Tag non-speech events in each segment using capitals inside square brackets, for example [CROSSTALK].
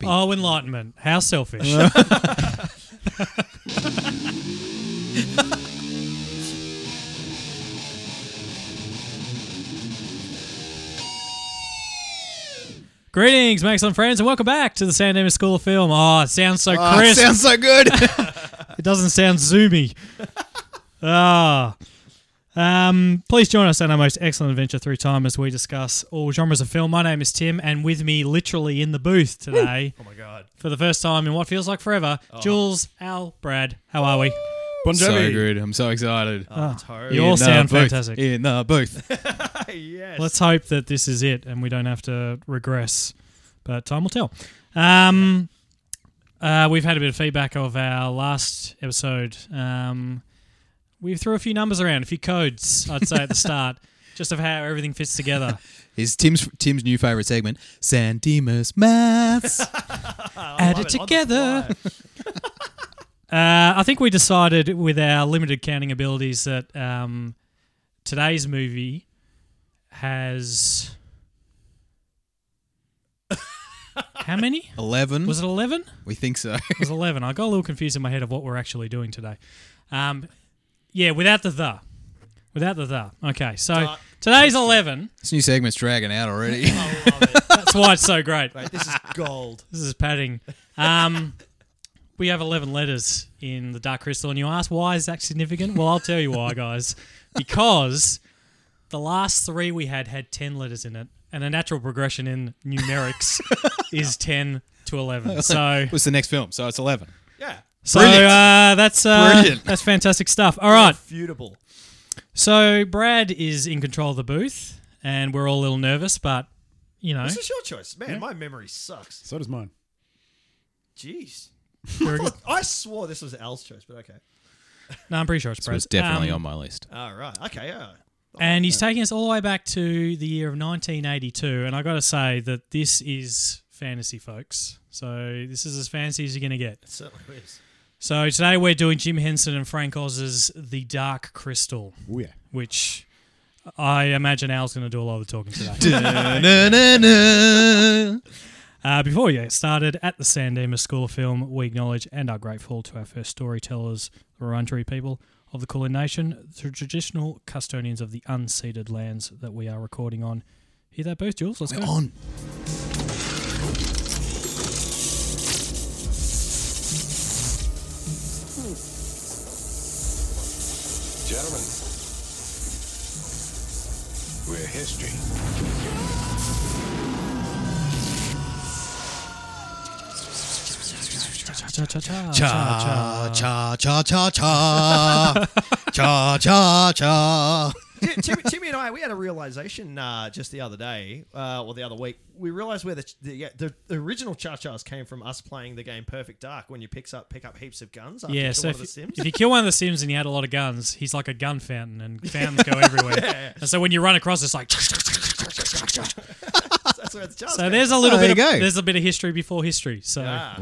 happy. Owen Lotman. How [LAUGHS] selfish. Greetings, Max and friends, and welcome back to the San Dimas School of Film. Oh, it sounds [LAUGHS] so Ah, crisp. sounds so good. It doesn't sound [LAUGHS] zoomy. ah. Um, please join us on our most excellent adventure through time as we discuss all genres of film. My name is Tim, and with me, literally in the booth today, Oh my god. for the first time in what feels like forever, Jules, Al, Brad, how are we? so good. I'm so excited. Oh, Ah. it's hard. You all In the sound booth. fantastic. In the booth. yes. Let's hope that this is it and we don't have to regress, but time will tell. Um, uh, we've had a bit of feedback of our last episode. Um, we threw a few numbers around, a few codes, I'd say, at the start, just of how everything fits together. [LAUGHS] Is Tim's Tim's new favorite segment, San Dimas Maths. Add it together. [LAUGHS] Uh, I think we decided with our limited counting abilities that um, today's movie has. [LAUGHS] How many? 11. Was it 11? It we think so. [LAUGHS] was 11. I got a little confused in my head of what we're actually doing today. Um, yeah, without the the. Without the the. Okay, so Uh, today's 11. this new segment's dragging out already. [LAUGHS] I love it. That's why it's so great. Mate, this is gold. This is padding. Um, we have 11 letters in the Dark Crystal, and you ask why is that significant? Well, I'll tell you why, guys. Because the last three we had had 10 letters in it, and a natural progression in [LAUGHS] numerics is 10 to 11. So, What's the next film? So it's 11. Yeah. so Brilliant. uh, that's uh, Brilliant. that's fantastic stuff. All right, Refutable. so Brad is in control of the booth, and we're all a little nervous, but you know, This is your choice. Man, my memory sucks. So does mine. Jeez. we're- [LAUGHS] Look, I swore this was Al's choice, but okay. no, I'm pretty sure it's So Brad. it's definitely Um, on my list. All right. Okay. Yeah. And he's taking us all the way back to the year of 1982. And I got to say that this is fantasy, folks. So this is as fancy as you're going to get. It certainly is. So today we're doing Jim Henson and Frank Oz's The Dark Crystal, Oh yeah. which I imagine Al's going to do a lot of the talking today. [LAUGHS] Da-na-na-na. Uh, before we get started, at the San Dimas School of Film, we acknowledge and are grateful to our first storytellers, the Wurundjeri people of the Kulin Nation, the traditional custodians of the unceded lands that we are recording on. Hear that both, Jules? Let's go. on. Gentlemen, we're history. Cha-cha-cha-cha. Cha cha cha cha cha. [LAUGHS] Cha cha cha. Ti- [LAUGHS] Timmy, Timmy and I, we had a realization uh, just the other day, uh, or the other week. We realized where the ch- the, yeah, the, the original Cha Cha's came from us playing the game Perfect Dark when you picks up pick up heaps of guns after Yeah, you kill so one if, of the Sims. if you kill one of the Sims and you had a lot of guns, he's like a gun fountain, and fountains go [LAUGHS] everywhere. And so when you run across, it's like. [LAUGHS] That's where it's Cha So there's a little Oh, there bit. you Of, go. there's a bit of history before history. So, Ah.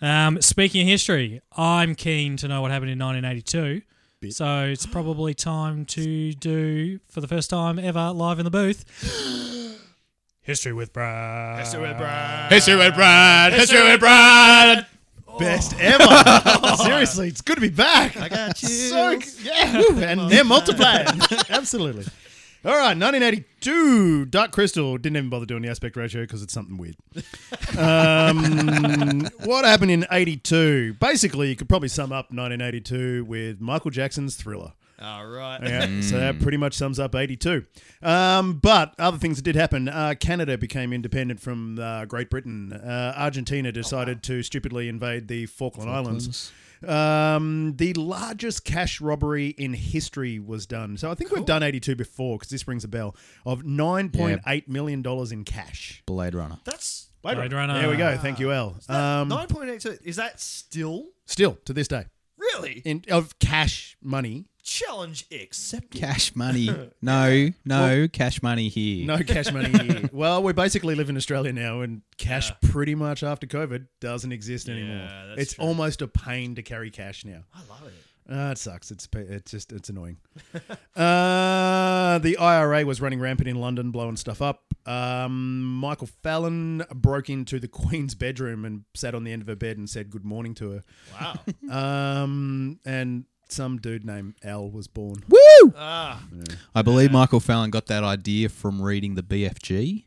um, speaking of history, I'm keen to know what happened in 1982. So it's probably time to do for the first time ever live in the [GASPS] booth. history with Brad. History with Brad. History with Brad. Best ever. Seriously, it's good to be back. I [LAUGHS] got you. So yeah, woo, and they're multiplying. Absolutely. All right, 1982, Dark Crystal. Didn't even bother doing the aspect ratio because it's something weird. Um, what happened in 82? Basically, you could probably sum up 1982 with Michael Jackson's Thriller. All right. Yeah, so that pretty much sums up 82. Um, but other things that did happen uh, Canada became independent from uh, Great Britain. Uh, Argentina decided to stupidly invade the Falkland Islands. Um, the largest cash robbery in history was done. So I think we've done 82 before because this rings a bell of nine point eight million dollars in cash. Blade Runner. That's Blade Runner. There we go. Thank you, Al. Um, nine point eight two. Is that still still to this day, really in, of cash money, challenge [LAUGHS] accepted? Cash money. No, no, cash money here. No cash money. [LAUGHS] here. well, we basically live in Australia now, and cash pretty much after COVID doesn't exist anymore. that's it's true. almost a pain to carry cash now. I love it. Uh, it sucks. It's pa- it's just it's annoying. [LAUGHS] uh, the IRA was running rampant in London, blowing stuff up. Um, Michael Fallon broke into the [LAUGHS] Queen's bedroom and sat on the end of her bed and said good morning to Wow. her. Um, and some dude named Al was born. Woo! Ah, I believe Michael Fallon got that idea from reading the BFG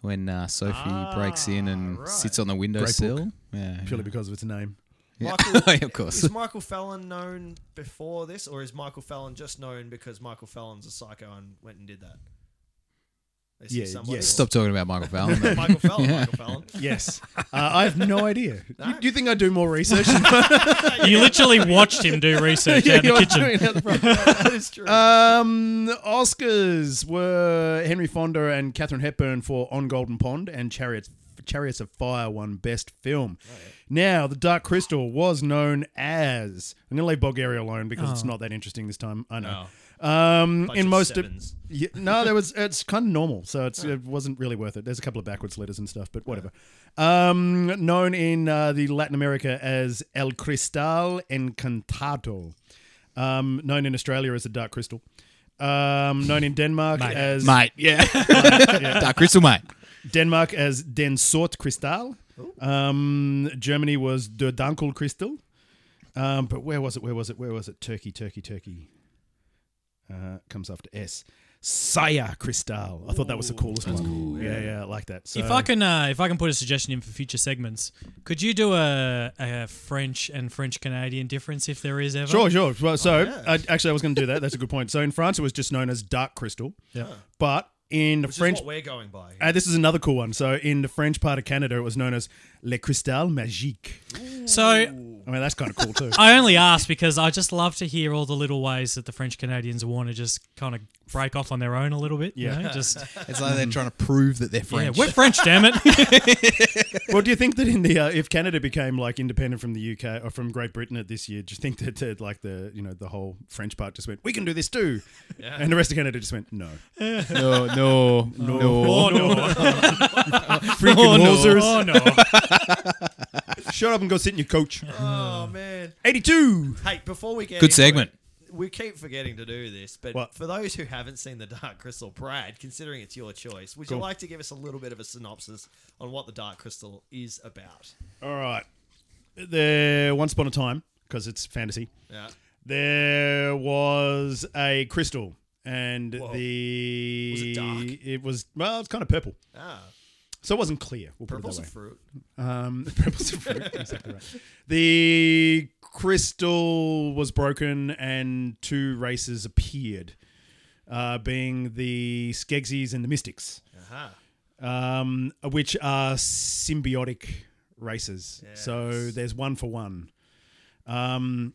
when uh, Sophie breaks in and right. sits on the windowsill. Yeah, Purely because of its name. yeah. Michael- of course. Is Michael Fallon known before this, or is Michael Fallon just known because Michael Fallon's a psycho and went and did that? Is he Yeah, somebody yeah. [LAUGHS] or- Stop talking about Michael [LAUGHS] Fallon. though. [LAUGHS] Michael Fallon. Michael Fallon. Yes. uh, I have no idea. No. You, do you think I do more research? [LAUGHS] You literally watched him do [LAUGHS] research out in the kitchen. [LAUGHS] that is [LAUGHS] true. Um, Oscars were Henry Fonda and Katherine Hepburn for On Golden Pond and Chariots. Chariots of Fire won Best Film. Now, The Dark Crystal was known as. I'm going to leave Bulgaria alone because it's not that interesting this time. I know. Um, Bunch in of most Oh. of, sevens. yeah, no, there was. It's kind of normal, so it's, it wasn't really worth it. There's a couple of backwards letters and stuff, but whatever. Um, known in uh, the Latin America as El Cristal Encantado. Um, known in Australia as the Dark Crystal. Um, known in Denmark Mate. as mate, [LAUGHS] yeah. Dark Crystal, mate. Denmark as Den Sort Crystal. Um, Germany was Der Dunkel Crystal. Um, but where was it? Where was it? Where was it? Turkey, Turkey, Turkey. Uh, comes after S. Saya Crystal. I thought that was the coolest one. yeah. yeah, I like that. So, If I can, uh, if I can put a suggestion in for future segments, could you do a, a French and French Canadian difference if there is ever? Sure, sure. Well, so, I, actually, I was going to do that. That's a good point. So, in France, it was just known as Dark Crystal. Yeah. But in Which French. is what we're going by. Uh, this is another cool one. So, in the French part of Canada, it was known as Le Cristal Magique. So I mean, that's kind of cool, too. I only ask because I just love to hear all the little ways that the French Canadians want to just kind of break off on their own a little bit. Yeah. You know? Just It's like they're trying to prove that they're yeah, French. we're French, damn it. well, do you think that in the uh, if Canada became like independent from the UK or from Great Britain at this year, do you think that uh, like the you know the whole French part just went, we can do this too, and the rest of Canada just [LAUGHS] went, no, [LAUGHS] no, no, no. oh [LAUGHS] no! freaking Oh no! losers, Oh no! [LAUGHS] shut up and go sit in [LAUGHS] your coach. Oh man. Eighty two. Hey, before we get Good into segment. it, we keep forgetting to do this, but What? for those who haven't seen the Dark Crystal, Brad, considering it's your choice, would you like to give us a little bit of a synopsis on what the Dark Crystal is about? All right, there. Once upon a time, because it's fantasy, Yeah. there was a crystal, and Whoa. the Was it dark? It was well, it's kind of purple, Ah, so it wasn't clear. We'll put it purple's that a way. fruit. Um, [LAUGHS] purples of fruit. exactly right. The crystal was broken, and two races appeared, uh, being the Skegsies and the Mystics, Aha. um, which are symbiotic races. So Yes. there's one for one. Um,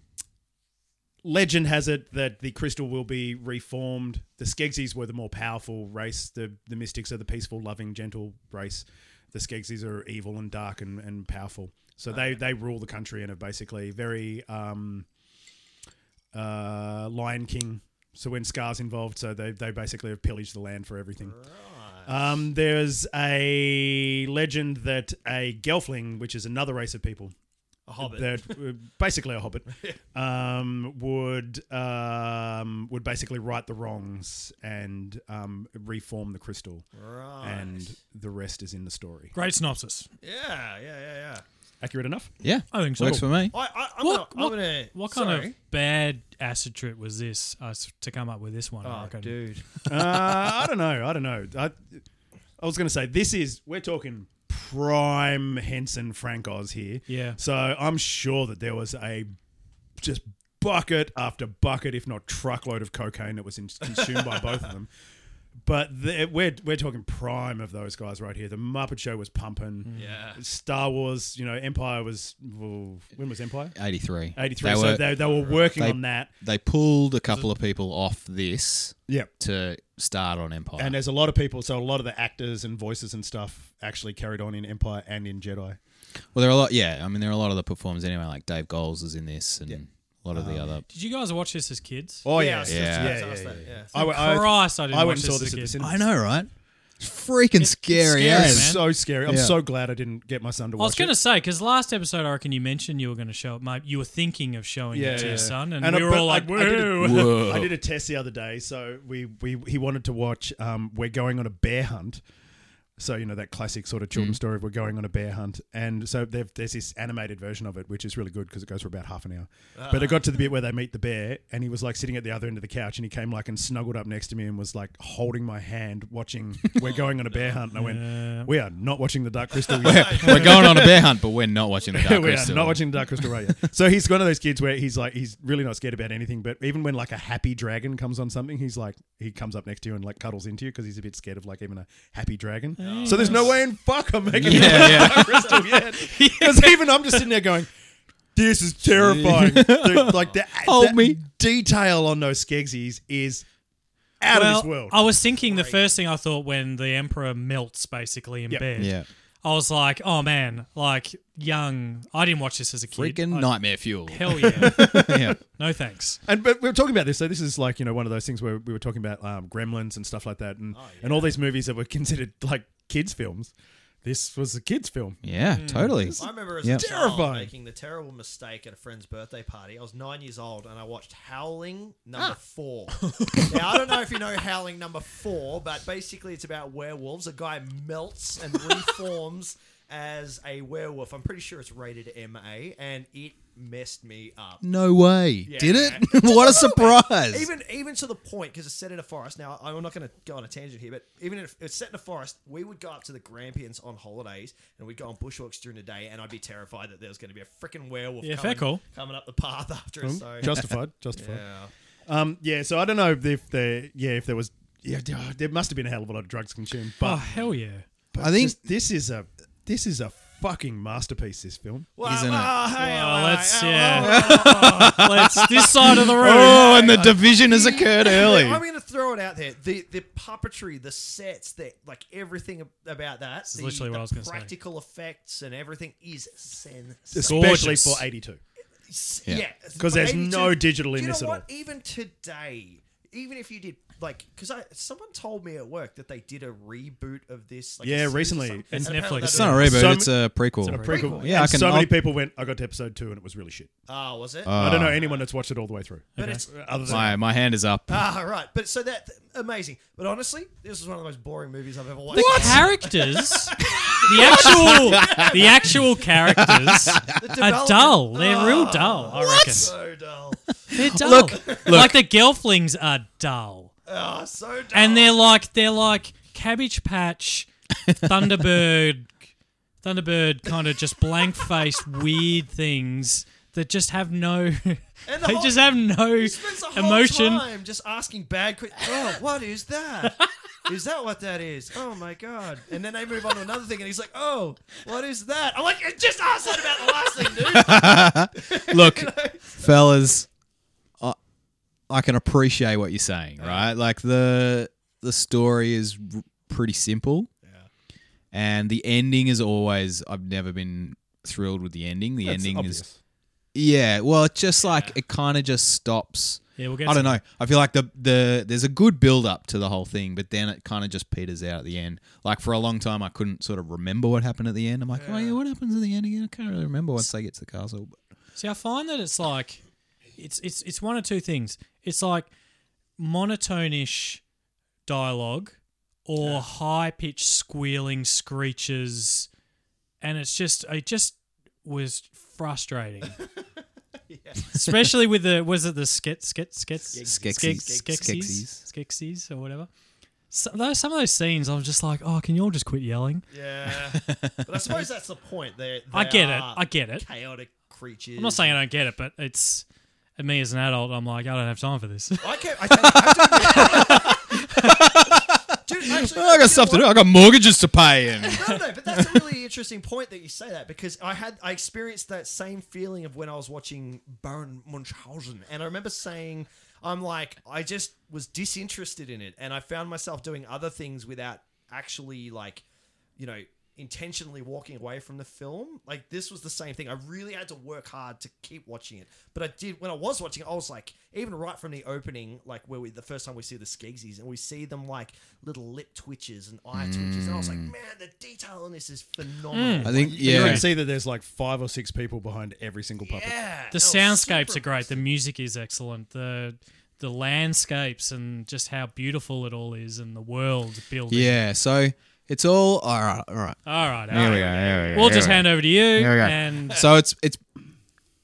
legend has it that the crystal will be reformed. The Skegsies were the more powerful race. The the Mystics are the peaceful, loving, gentle race. The Skegsies are evil and dark and, and powerful. So they, they rule the country and are basically very um, uh, Lion King. So when Scar's involved, so they, they basically have pillaged the land for everything. Um, there's a legend that a Gelfling, which is another race of people, A hobbit. that uh, basically [LAUGHS] a hobbit um, would um, would basically right the wrongs and um, reform the crystal, Right. and the rest is in the story. Great synopsis. yeah, yeah, yeah, yeah. Accurate enough? [LAUGHS] Yeah, I think so. Works for me. I, I, I'm What- gonna. what- I'm gonna What kind sorry. of bad acid trip was this uh, s- to come up with this one? I Oh, reckon. dude. uh, I don't know. I don't know. I, I was going to say this is we're talking prime Henson Frank Oz here. Yeah. So I'm sure that there was a just bucket after bucket, if not truckload of cocaine that was in, consumed by both of them. But the, we're we're talking prime of those guys right here. The Muppet Show was pumping. Yeah. Star Wars, you know, Empire was well, when was Empire? 83. Eighty three. They so were- they, they were working they- on that. they pulled a couple of people off this Yeah. to start on Empire. And there's a lot of people, so a lot of the actors and voices and stuff actually carried on in Empire and in Jedi. well, there are a lot. Yeah, I mean, there are a lot of the performers anyway. Like Dave Goles is in this, and a lot of the other. Did you guys watch this as kids? Oh yeah, I was just Yeah. about to Yeah, ask yeah, that, yeah. [LAUGHS] I, I, Christ, I didn't I watch went and this saw as this a at the kid. cinema. I know, right? freaking It's scary, eh? scary, as. man. so scary. I'm Yeah. so glad I didn't get my son to I watch was going it. to say because last episode, I reckon you mentioned you were going to show it. My, you were thinking of showing Yeah, it to yeah. your son, and, And I- we were but all I- like, I did it- [LAUGHS] "Woo!" Whoa. I did a test the other day, so we, we he wanted to watch. Um, we're going on a bear hunt, so you know that classic sort of children's story of we're going on a bear hunt, and so they've, there's this animated version of it, which is really good because it goes for about half an hour. But it got to the bit where they meet the bear, and he was like sitting at the other end of the couch, and he came like and snuggled up next to me and was like holding my hand, watching. we're going on a bear hunt, and I went, we are not watching the Dark Crystal. Yet. [LAUGHS] we're going on a bear hunt, but we're not watching the Dark we Crystal. are not watching the Dark Crystal [LAUGHS] right yet. So he's one of those kids where he's like, he's really not scared about anything. But even when like a happy dragon comes on something, he's like, he comes up next to you and like cuddles into you because he's a bit scared of like even a happy dragon. So there's no way in fuck I'm making it Yeah, yeah. Dark Crystal yet. [LAUGHS] Because even I'm just sitting there going. This is [LAUGHS] terrifying. The- like the, Hold the me. detail on those skegsies is out Well, of this world. I was thinking the first thing I thought when the emperor melts basically in Yep. bed. Yeah. I was like, oh man, like young. I didn't watch this as a kid. Freaking I- nightmare fuel. Hell yeah. [LAUGHS] yeah. no thanks. And but we were talking about this, so this is like you know one of those things where we were talking about um, Gremlins and stuff like that, and and all these movies that were [LAUGHS] considered like kids films. This was a kids film. Yeah, totally. I remember as Yeah. a child Terrifying. making the terrible mistake at a friend's birthday party. I was nine years old and I watched Howling Number Four. now I don't know if you know Howling Number Four, but basically it's about werewolves. A guy melts and reforms as a werewolf. I'm pretty sure it's rated MA, and it messed me up. No way. Did it? [LAUGHS] what a surprise. Even even to the point, because it's set in a forest. Now, I'm not going to go on a tangent here, but even if it's set in a forest, we would go up to the Grampians on holidays and we'd go on bushwalks during the day, and I'd be terrified that there was going to be a freaking werewolf Yeah, fair coming, call. coming up the path after Hmm, us. So, Justified, [LAUGHS] justified. yeah. Um, yeah. So I don't know if there, yeah, if there was, yeah, d- oh, there must have been a hell of a lot of drugs consumed. But, Oh hell yeah. but I think- just- this is a this is a fucking masterpiece. This film. Well, Isn't it? well, hey, Well, well, Oh, let's hey, yeah. let's this side of the room. Oh, and the division has occurred [LAUGHS] early. I'm going to throw it out there. The the puppetry, the sets, the like everything ab- about that. is the, literally what the I was gonna say. practical effects and everything is sensational. Especially Gorgeous. for '82. Yeah. Yeah, 'Cause there's 82 no digital in Do you this know at what? Even today, even if you did like, because I someone told me at work that they did a reboot of this. Like, a Yeah, series or recently. something, It's and apparently Netflix. It's they not a were- reboot, So- it's a prequel. a prequel. Prequel. Yeah, I And can- so many I'll- people went. I got to episode two and it was really shit. Oh, was it? I don't know anyone that's watched it all the way through. but it's Uh, Other than My, my hand is up. ah right. But so that amazing. But honestly, this is one of the most boring movies I've ever watched. The characters, the actual, the actual [LAUGHS] characters are development- dull. They're real dull. I reckon So dull. they're dull. Look, like the Gelflings are dull, Ah, so dull. and they're like they're like Cabbage [LAUGHS] Patch, Thunderbird, Thunderbird kind of just blank faced weird things that just have no. [LAUGHS] And the they whole- just have no spends the whole emotion. time just asking bad [LAUGHS] questions. Oh, what is that? Is that what that is? Oh my god! And then they move on to another thing, and he's like, "Oh, what is that?" I'm like, "Just ask that about the last thing, [LAUGHS] dude." Look, fellas, I, I can appreciate what you're saying, right? Like the the story is r- pretty simple, and the ending is always. I've never been thrilled with the ending. The That's ending is obvious. yeah. Well, it's just like it kind of just stops. Yeah, we'll get I to don't know. I feel like the the there's a good build up to the whole thing, but then it kind of just peters out at the end. Like for a long time, I couldn't sort of remember what happened at the end. I'm like, oh yeah, what happens at the end again? I can't really remember once they get to the castle. See, I find that it's like it's it's it's one of two things. It's like monotonish dialogue or high pitched squealing screeches and it's just it just was frustrating. [LAUGHS] Especially with the was it the skit skit skits Skeksis. skexies skexies or whatever. So, those, some of those scenes, I was just like, "Oh, can you all just quit yelling?" Yeah, but I suppose that's the point. They, I they get it. are I get it. Chaotic creatures. I'm not saying I don't get it, but it's and me as an adult, I'm like, I don't have time for [LAUGHS] this. I can't. I can't I [LAUGHS] don't- Dude, actually, I you know got stuff to what? do. I got mortgages to pay, and No, no, but that's a really interesting point that you say that because I had I experienced that same feeling of when I was watching Baron Munchausen, and I remember saying, "I'm like, I just was disinterested in it, and I found myself doing other things without actually like, you know." intentionally walking away from the film. Like this was the same thing. I really had to work hard to keep watching it. But I did when I was watching it, I was like, even right from the opening, like where we the first time we see the Skegsies and we see them like little lip twitches and eye twitches, and I was like, man, the detail on this is phenomenal. Mm. I think Like, You yeah, can see that there's like five or six people behind every single puppet. yeah, The that was soundscapes super are great. The impressive. music is excellent. The the landscapes and just how beautiful it all is and the world building. yeah. So it's all all right. All right. All right. Here all we right. go. Here we go. We'll here just we go. hand over to you. Here we go. And So it's it's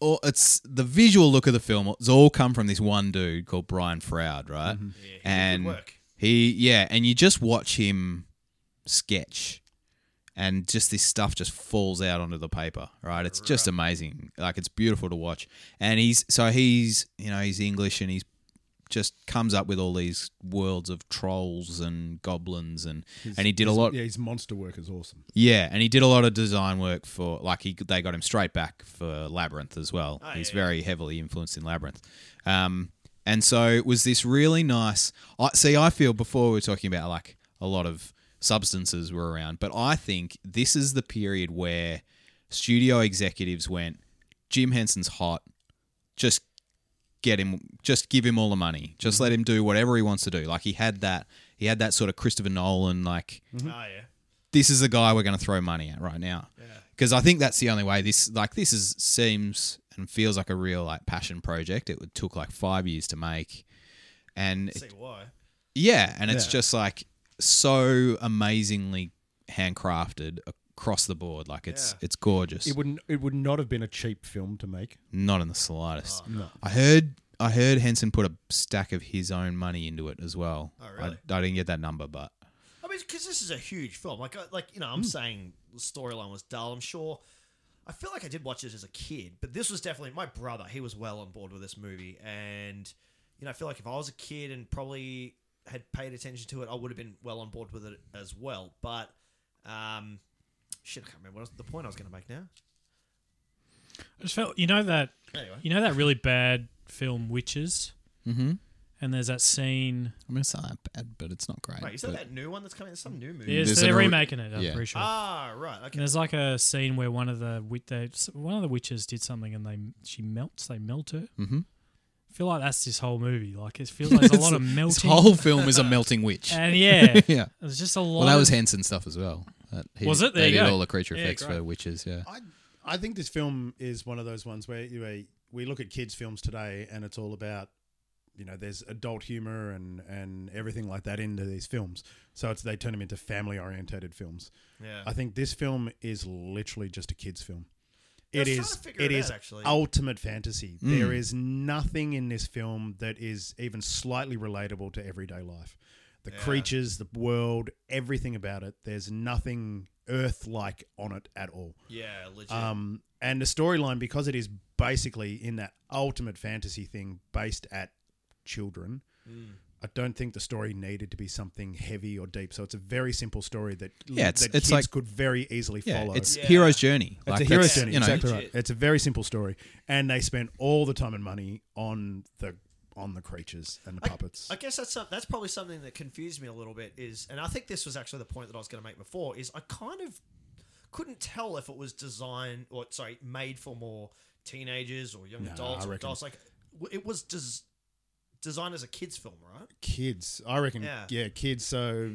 all it's the visual look of the film. It's all come from this one dude called Brian Froud, right? and work. he, yeah, and you just watch him sketch, and just this stuff just falls out onto the paper, right? It's just amazing. Like it's beautiful to watch. And he's so he's you know he's English and he's just comes up with all these worlds of trolls and goblins and and he did a lot Yeah, his monster work is awesome. yeah, and he did a lot of design work for like he they got him straight back for Labyrinth as well. He's very heavily influenced in Labyrinth, um, and so it was this really nice. I see. I feel before we were talking about like a lot of substances were around, but I think this is the period where studio executives went, Jim Henson's hot, just get him just give him all the money just let him do whatever he wants to do like he had that he had that sort of christopher nolan like Oh yeah. this is the guy we're going to throw money at right now. Because I think that's the only way this like this is seems and feels like a real like passion project. It would- took like five years to make, and it- See why? yeah, and it's just like so amazingly handcrafted across the board. Like it's it's gorgeous. It wouldn't. It would not have been a cheap film to make. Not in the slightest. I heard I heard Henson put a stack of his own money into it as well. Oh, really? I, I didn't get that number, but I mean, because this is a huge film. Like, I- like you know, I'm saying the storyline was dull. I'm sure. I feel like I did watch this as a kid, but this was definitely my brother. He was well on board with this movie, and you know, I feel like if I was a kid and probably had paid attention to it, I would have been well on board with it as well. But, um, shit, I can't remember what was the point I was going to make now. I just felt you know that Anyway. you know that really bad film Witches. Mhm. And there's that scene. I'm gonna say that bad, but it's not great. Wait, is that but- that new one that's coming? It's some new movie. Yes, There's they're an ori- remaking it. I'm yeah. pretty sure. Ah, right. And Okay. there's like a scene where one of the wit- they, one of the witches did something and they she melts. They melt her. Mm-hmm. I feel like that's this whole movie. Like it feels like [LAUGHS] there's a lot of melting. This whole film is a melting [LAUGHS] witch. [LAUGHS] and yeah, yeah. there's just a lot. Well, that of- was Henson stuff as well. That he- Was it? There they you did go. all the creature Yeah, effects great. for witches. Yeah. I I think this film is one of those ones where you know, we look at kids' films today, and it's all about you know there's adult humor and and everything like that into these films. So it's they turn them into family orientated films. Yeah. I think this film is literally just a kids' film. Yeah, I It was trying is. to figure It it is out, actually. ultimate fantasy. There is nothing in this film that is even slightly relatable to everyday life. The creatures, the world, everything about it. There's nothing Earth-like on it at all. Yeah, legit. Um, and the storyline, because it is basically in that ultimate fantasy thing based at children, I don't think the story needed to be something heavy or deep. So it's a very simple story that, Yeah, it's- that it's kids like- could very easily Yeah. follow. It's Yeah. hero's journey. It's Like, a hero's that's, journey, You know, exactly right. Legit. It's a very simple story, and they spent all the time and money on the on the creatures and the puppets. I guess that's some, that's probably something that confused me a little bit. Is and I think this was actually the point that I was going to make before. Is I kind of couldn't tell if it was designed or sorry made for more teenagers or young Nah, adults I or reckon- adults. Like w- it was des- designed as a kids' film, right? kids, I reckon. Yeah, Yeah. kids. So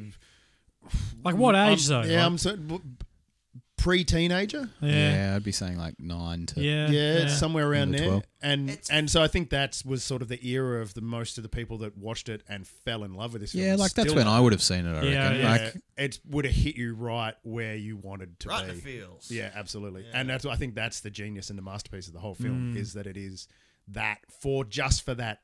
like what I'm- age though? Yeah, Like, I'm so, b- pre-teenager. yeah. yeah, I'd be saying like nine to. yeah, yeah, it's somewhere around Under there. 12. And It's- and so I think that was sort of the era of the most of the people that watched it and fell in love with this. film. Yeah, It's like that's still- when I would have seen it. I Yeah, reckon. yeah. Like, it would have hit you right where you wanted to Right be. in the feels. Yeah, absolutely. And that's I think that's the genius and the masterpiece of the whole Mm. film is that it is that for just for that.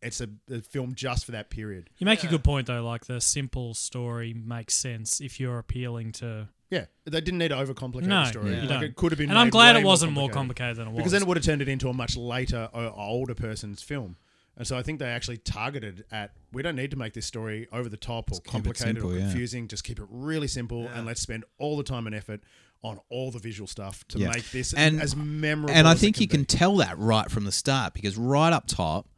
It's a, a film just for that period. You make a good point though. Like the simple story makes sense if you're appealing to. Yeah, they didn't need to overcomplicate No, the story. you like don't. it could have been. And I'm made glad way it wasn't more complicated complicated. than it was. because then it would have turned it into a much later o- older person's film and so i think they actually targeted at we don't need to make this story over the top or it complicated simple, or yeah. confusing just keep it really simple and let's spend all the time and effort on all the visual stuff to Yeah. make this And- as memorable and I as it think you can be. tell that right from the start because right up top,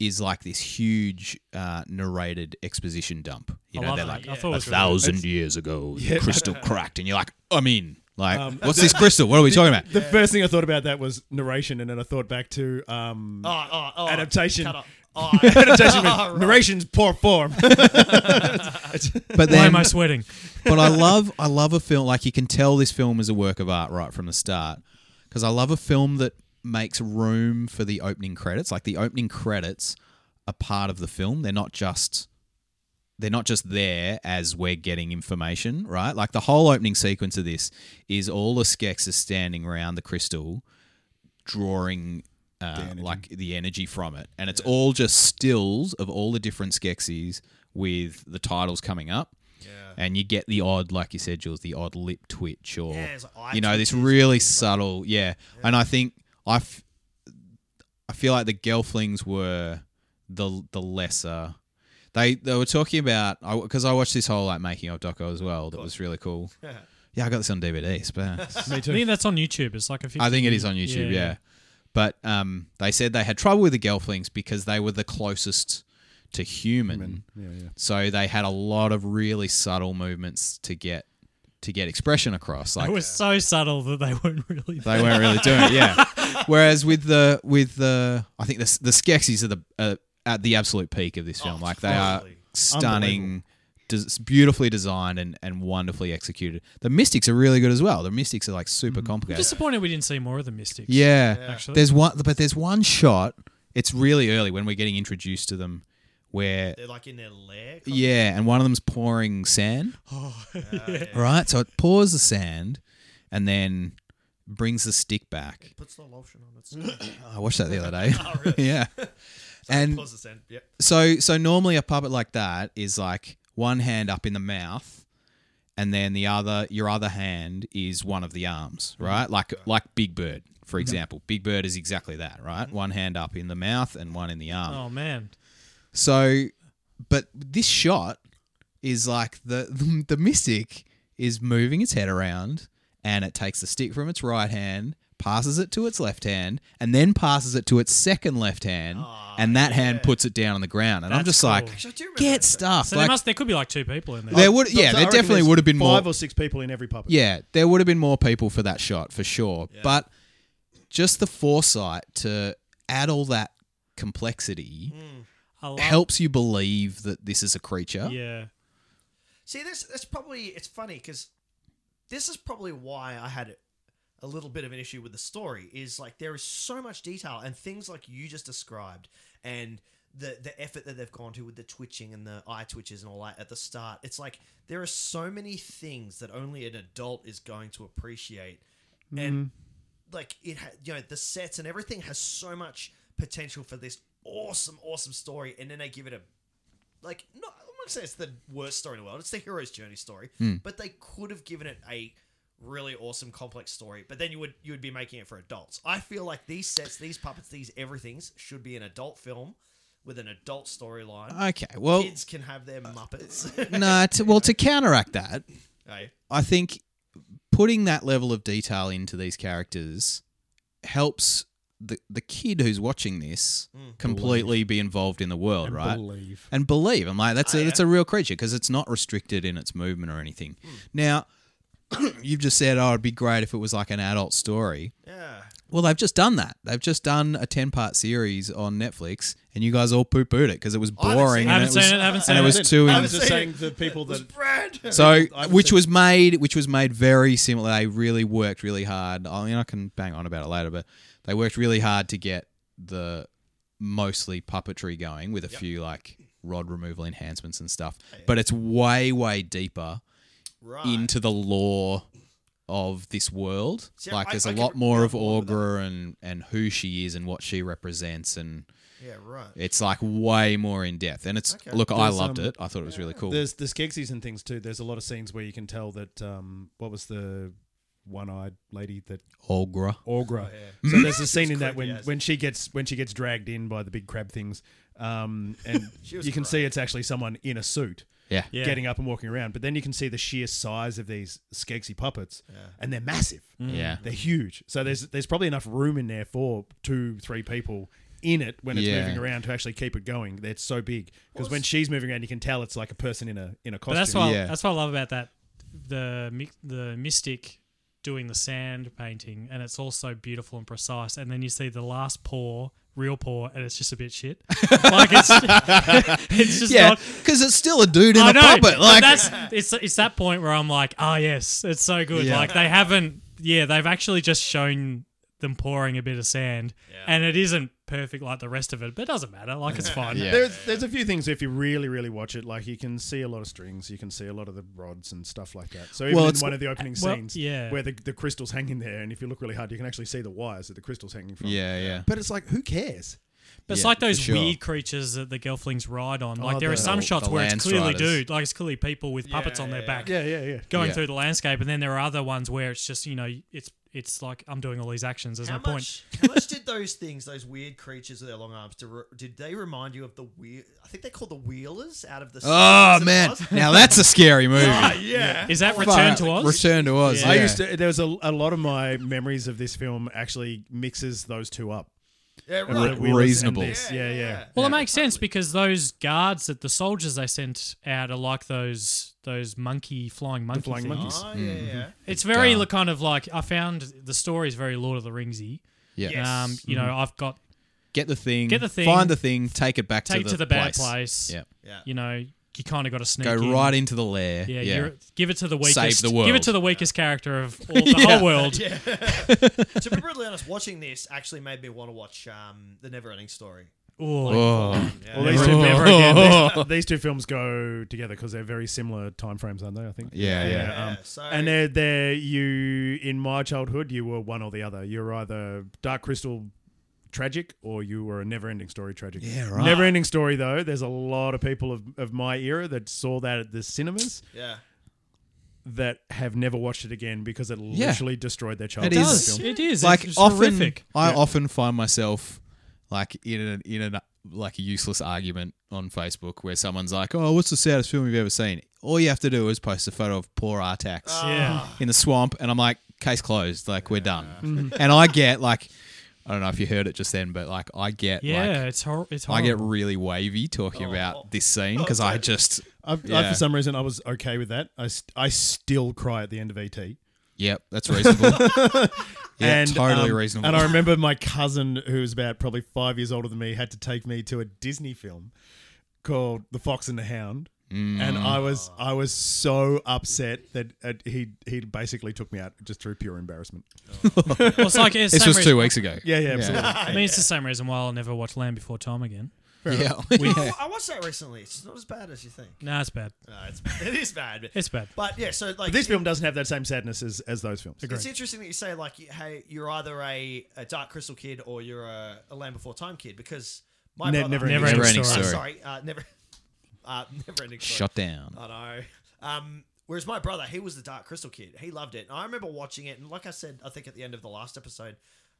is like this huge uh, narrated exposition dump. You I know, love they're that. like I thought it a was really good. thousand years ago, [LAUGHS] the crystal cracked, and you're like, I'm in. Like, Um, what's this crystal? What are we talking about? The first thing I thought about that was narration, and then I thought back to [LAUGHS] um, Oh, oh, oh. Adaptation. [LAUGHS] Cut up. Oh, adaptation. narration- narration's poor [LAUGHS] form. But Why then, am I [LAUGHS] sweating? but I love, I love a film like you can tell this film is a work of art right from the start because I love a film that makes room for the opening credits. Like the opening credits are part of the film; they're not just they're not just there as we're getting information, right? Like the whole opening sequence of this is all the Skeks is standing around the crystal, drawing uh, like the energy from it, and it's all just stills of all the different Skeksis with the titles coming up. And you get the odd, like you said, Jules, the odd lip twitch, or Yeah, it's like eye you know, this twitches. really subtle, yeah. And I think I, f- I feel like the Gelflings were the the lesser. They they were talking about because I, watched this whole like making of doco as well. That was really cool. yeah, I got this on DVD. [LAUGHS] Spaz. [LAUGHS] Me I too. think that's on YouTube. It's like a 50 I think it is on YouTube. Yeah. But um, they said they had trouble with the Gelflings because they were the closest to human. So they had a lot of really subtle movements to get to get expression across. Like It was so subtle that they weren't really. [LAUGHS] they weren't really doing it, yeah. Whereas with the with the I think the the Skeksis are the uh, at the absolute peak of this film. like they are totally. stunning, des- beautifully designed and and wonderfully executed. The Mystics are really good as well. The Mystics are like super I'm complicated. disappointed we didn't see more of the Mystics. Yeah. Actually. There's one but there's one shot, it's really early when we're getting introduced to them where [LAUGHS] They're like in their lair. kind of- yeah, and one of them's pouring sand. Right? So it pours the sand and then brings the stick back. Puts the lotion on its [LAUGHS] I watched that the other day. [LAUGHS] yeah. And Pause this end. Yep. so so normally a puppet like that is like one hand up in the mouth and then the other your other hand is one of the arms, right? Like like Big Bird, for example. Big Bird is exactly that, right? One hand up in the mouth and one in the arm. Oh man. So, but this shot is like the, the [LAUGHS] mystic is moving its head around, and it takes the stick from its right hand, passes it to its left hand, and then passes it to its second left hand, and that hand puts it down on the ground. And I'm That's just like, cool. Actually, I do remember get that. stuff. So like, there must there could be like two people in there. there would, yeah, So there I reckon definitely there's would have been more. five or six people in every puppet. Yeah, there would have been more people for that shot for sure. But just the foresight to add all that complexity I love- helps you believe that this is a creature. Yeah. See, this that's probably it's funny because this is probably why I had a little bit of an issue with the story. Is like there is so much detail and things like you just described and. The, the effort that they've gone to with the twitching and the eye twitches and all that at the start it's like there are so many things that only an adult is going to appreciate Mm-hmm. and like it ha- you know the sets and everything has so much potential for this awesome awesome story and then they give it a like no I wouldn't say it's the worst story in the world it's the hero's journey story Hmm. but they could have given it a really awesome complex story but then you would you would be making it for adults I feel like these sets these puppets these everythings should be an adult film with an adult storyline Uh, Okay. oh. Well, kids [LAUGHS] can have their muppets [LAUGHS] no. To, well, to counteract that, Hey, I think putting that level of detail into these characters helps the the kid who's watching this completely be involved in the world, right? believe. and believe. I'm like, Oh, that's a, that's a real creature because it's not restricted in its movement or anything. Hmm. Now, [COUGHS] you've just said, oh, it'd be great if it was like an adult story. yeah Well, they've just done that. They've just done a ten part series on Netflix, and you guys all poo pooed it because it was haven't boring. seen I and haven't it seen was, it. I haven't seen and it it. was too. I in- was just saying to people that Brad So, I would which say- was made, which was made very similar. They really worked really hard. I mean, I can bang on about it later, but they worked really hard to get the mostly puppetry going with a few like rod removal enhancements and stuff. But it's way, way deeper right into the lore of this world. See, like, I- there's a I could lot more of get on board with that. Augur and and who she is and what she represents, and yeah right it's like way more in depth. And it's look, I There's, loved um, it. I thought it was really cool. There's the Skeksis and things too. There's a lot of scenes where you can tell that um, what was the one-eyed lady that Augra. Augra. So there's a scene in that when, Oh, creepy as- when she gets when she gets dragged in by the big crab things, um, [LAUGHS] and you can see it's actually someone in a suit Yeah. Yeah. getting up and walking around. But then you can see the sheer size of these Skeggsy puppets, and they're massive. Mm. Yeah. They're huge. So there's there's probably enough room in there for two, three people in it when it's Yeah. moving around to actually keep it going. That's so big because when she's moving around, you can tell it's like a person in a in a But costume. that's what Yeah. that's what I love about that the mi- the mystic doing the sand painting, and it's also beautiful and precise. And then you see the last pour, real pour, and it's just a bit [LAUGHS] shit. like it's [LAUGHS] it's just Yeah, not. because it's still a dude in I a know. puppet. but Like that's it's it's that point where I'm like, oh yes, it's so good. Yeah. Like they haven't. Yeah, they've actually just shown them pouring a bit of sand, and it isn't perfect like the rest of it, but it doesn't matter. Like it's fine. Yeah. There's there's a few things if you really really watch it, like you can see a lot of strings, you can see a lot of the rods and stuff like that. So even Well, in it's- one of the opening well, scenes, yeah. where the, the crystals hanging there, and if you look really hard, you can actually see the wires that the crystals hanging from. yeah, yeah. But it's like, who cares? But it's Yeah, like those for sure. weird creatures that the gelflings ride on. Like Oh, there the- are some The- shots the where land it's clearly striders. dude, like it's clearly people with puppets on their back Yeah, yeah, yeah. going Yeah. through the landscape, and then there are other ones where it's just you know it's it's like I'm doing all these actions. There's How no much, point. how much did those things, those weird creatures with their long arms, do, re- did they remind you of the wheel? I think they're called the Wheelers out of the. Oh Stars of man, Oz? now that's a scary movie. [LAUGHS] Ah, yeah. Is that Return to Fuck, Oz? Return to Oz. I yeah. used to. There was a, a lot of my memories of this film actually mixes those two up. Yeah, And right. the wheelers and reasonable. this. Yeah, yeah. well, it makes sense because those guards that the soldiers they sent out are like those those monkey flying monkey flying things. monkeys. Oh, yeah, yeah. It's very Guard. li- kind of like I found the story is very Lord of the Ringsy. Yeah. Yes. Um, you Mm-hmm. know, I've got Get the thing. Get the thing. Find the thing. Take it back take to the bad place. place. Yeah. Yeah. [LAUGHS] You know, you kind of got to sneak Go in. right into the lair. Yeah, You're, give it to the weakest. the Give it world. to the weakest character [LAUGHS] of all, the Yeah. whole world. to be brutally honest, watching this actually made me want to watch um, the Neverending Story. Ooh. Oh. Yeah. Well, these two, Never- never Oh. again. [LAUGHS] These, these two films go together because they're very similar time frames, aren't they? I think. Yeah, yeah. Yeah, um, so- and they're, they're you in my childhood. You were one or the other. You were either Dark Crystal tragic or you were a never ending story tragic. Yeah, right. Never ending story though. There's a lot of people of, of my era that saw that at the cinemas yeah. that have never watched it again because it Yeah. literally destroyed their It childhood. is. does. It is. like it's often horrific. I often find myself like in an in an like a useless argument on Facebook where someone's like, "Oh, what's the saddest film you've ever seen?" All you have to do is post a photo of poor Artax Yeah. in the swamp, and I'm like, "Case closed. Like we're done." [LAUGHS] and I get like, I don't know if you heard it just then, but like I get Yeah, Oh. like. it's hor- it's I horrible. get [LAUGHS] really wavy talking about this scene Oh, because I just, I've, I, Yeah. for some reason, I was okay with that. I, st- I still cry at the end of E ET. yep, that's [LAUGHS] reasonable. yeah, and totally um, reasonable. [LAUGHS] And I remember my cousin, who was about probably five years older than me, had to take me to a Disney film called The Fox and the Hound, Mm. and I was I was so upset that uh, he he basically took me out just through pure embarrassment. Well, it's like it's this same was reason- two weeks ago. Yeah, yeah, absolutely. I mean, it's the same reason why I'll never watch Land Before Time again. yeah. Well, I watched that recently. It's not as bad as you think. Nah, it's bad. No, it's, it is bad. It's bad. But yeah, so like [LAUGHS] This film doesn't have that same sadness as, as those films. It's interesting that you say like, you- hey, you're either a, a Dark Crystal kid or you're a, a Land Before Time kid because my Ne- brother, never Never Never ending ending story. I'm story. sorry, uh, never, [LAUGHS] uh, never [LAUGHS] ending. Story. Shut down. I know. Um, whereas my brother, he was the Dark Crystal kid. He loved it. And I remember watching it, and like I said, I think at the end of the last episode,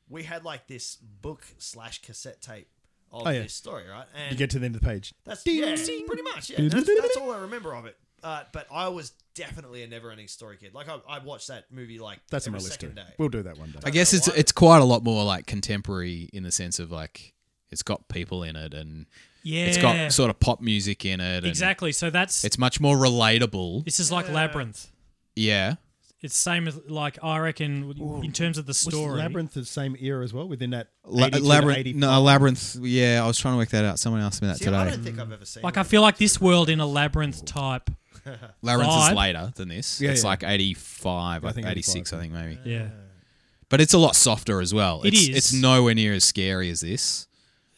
we had like this book slash cassette tape of Oh, yeah. this story, right? And You get to the end of the page. that's yeah, pretty much. Yeah, that's, that's all I remember of it. Uh, but I was definitely a never-ending story kid. Like I, I watched that movie like That's on every my list. second too. day. We'll do that one day. I guess it's it's quite a lot more like contemporary in the sense of like it's got people in it and Yeah. it's got sort of pop music in it. and exactly. So that's It's much more relatable. this is like Labyrinth. Yeah. It's same as like I reckon in terms of the story. the same era as well within that La- labyrinth. No, labyrinth. Yeah, I was trying to work that out. Someone asked me that See, I don't today. think I've ever seen. Like one. I feel like this world in a labyrinth type. Labyrinth is Vibe. later than this. Yeah, it's yeah. like 85, think 86, 85, I think maybe. Yeah. But it's a lot softer as well. It it's, is. It's nowhere near as scary as this.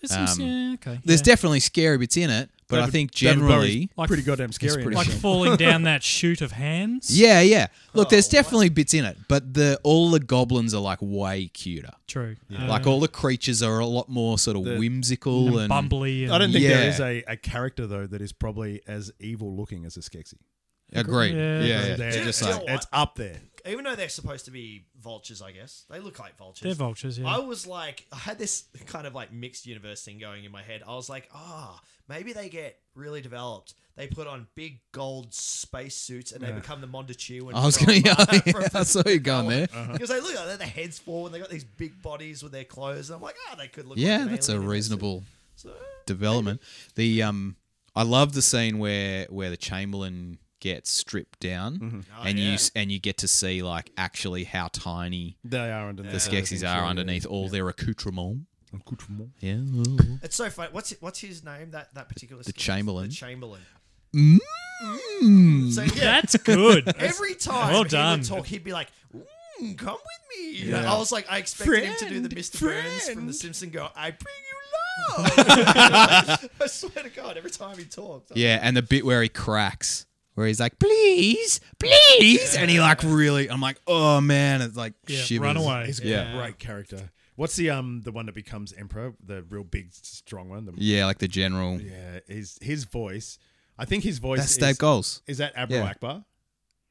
It's, it's- yeah, okay. Um, There's yeah. definitely scary bits in it, but I David- think David Bowie's generally. Like- pretty goddamn scary. in pretty it. like falling [LAUGHS] down that chute of hands. Yeah, yeah. Look, Oh, there's definitely bits in it, but the all the goblins are like way cuter. True. Like all the creatures are a lot more sort of whimsical and bumbly. And, I don't think there Yeah. is a, a character though that is probably as evil looking as a Skeksis. Agreed. Yeah. Yeah, yeah. They're They're just it's- like it's up there. even though they're supposed to be vultures, I guess they look like vultures. They're vultures, yeah. I was like, I had this kind of like mixed universe thing going in my head. I was like, ah, maybe they get really developed. They put on big gold space suits and they become the Montechuan. I was from, going. [LAUGHS] Yeah, uh, yeah, from I saw you going there. because they look like they're the heads forward and they got these big bodies with their clothes. And I'm like, ah, they could look. like Yeah, an that's a alien in suit. reasonable So, uh, development. The um, I love the scene where where the Chamberlain gets stripped down, and you yeah. s- and you get to see like actually how tiny They are under the Skeksis are underneath all their accoutrement. Yeah. it's so funny. What's what's his name? That that particular the Chamberlain. The Chamberlain. Mm. So yeah, That's good. [LAUGHS] every time Well he done. would talk, he'd be like, "Mm, "Come with me." I was like, I expected him to do the Mr. Burns from The Simpson go, "I bring you love." [LAUGHS] I swear to God, every time he talked, I- Yeah, and the bit where he cracks, where he's like, "Please, please," and he like really, I'm like, "Oh man!" It's like Yeah, shivers. Runaway. He's a Yeah. great character. What's the um the one that becomes emperor? The real big strong one. The, Yeah, like the general. yeah. His his voice. I think his voice. That's is, Dave Goals. Is that Abra Yeah. Akbar?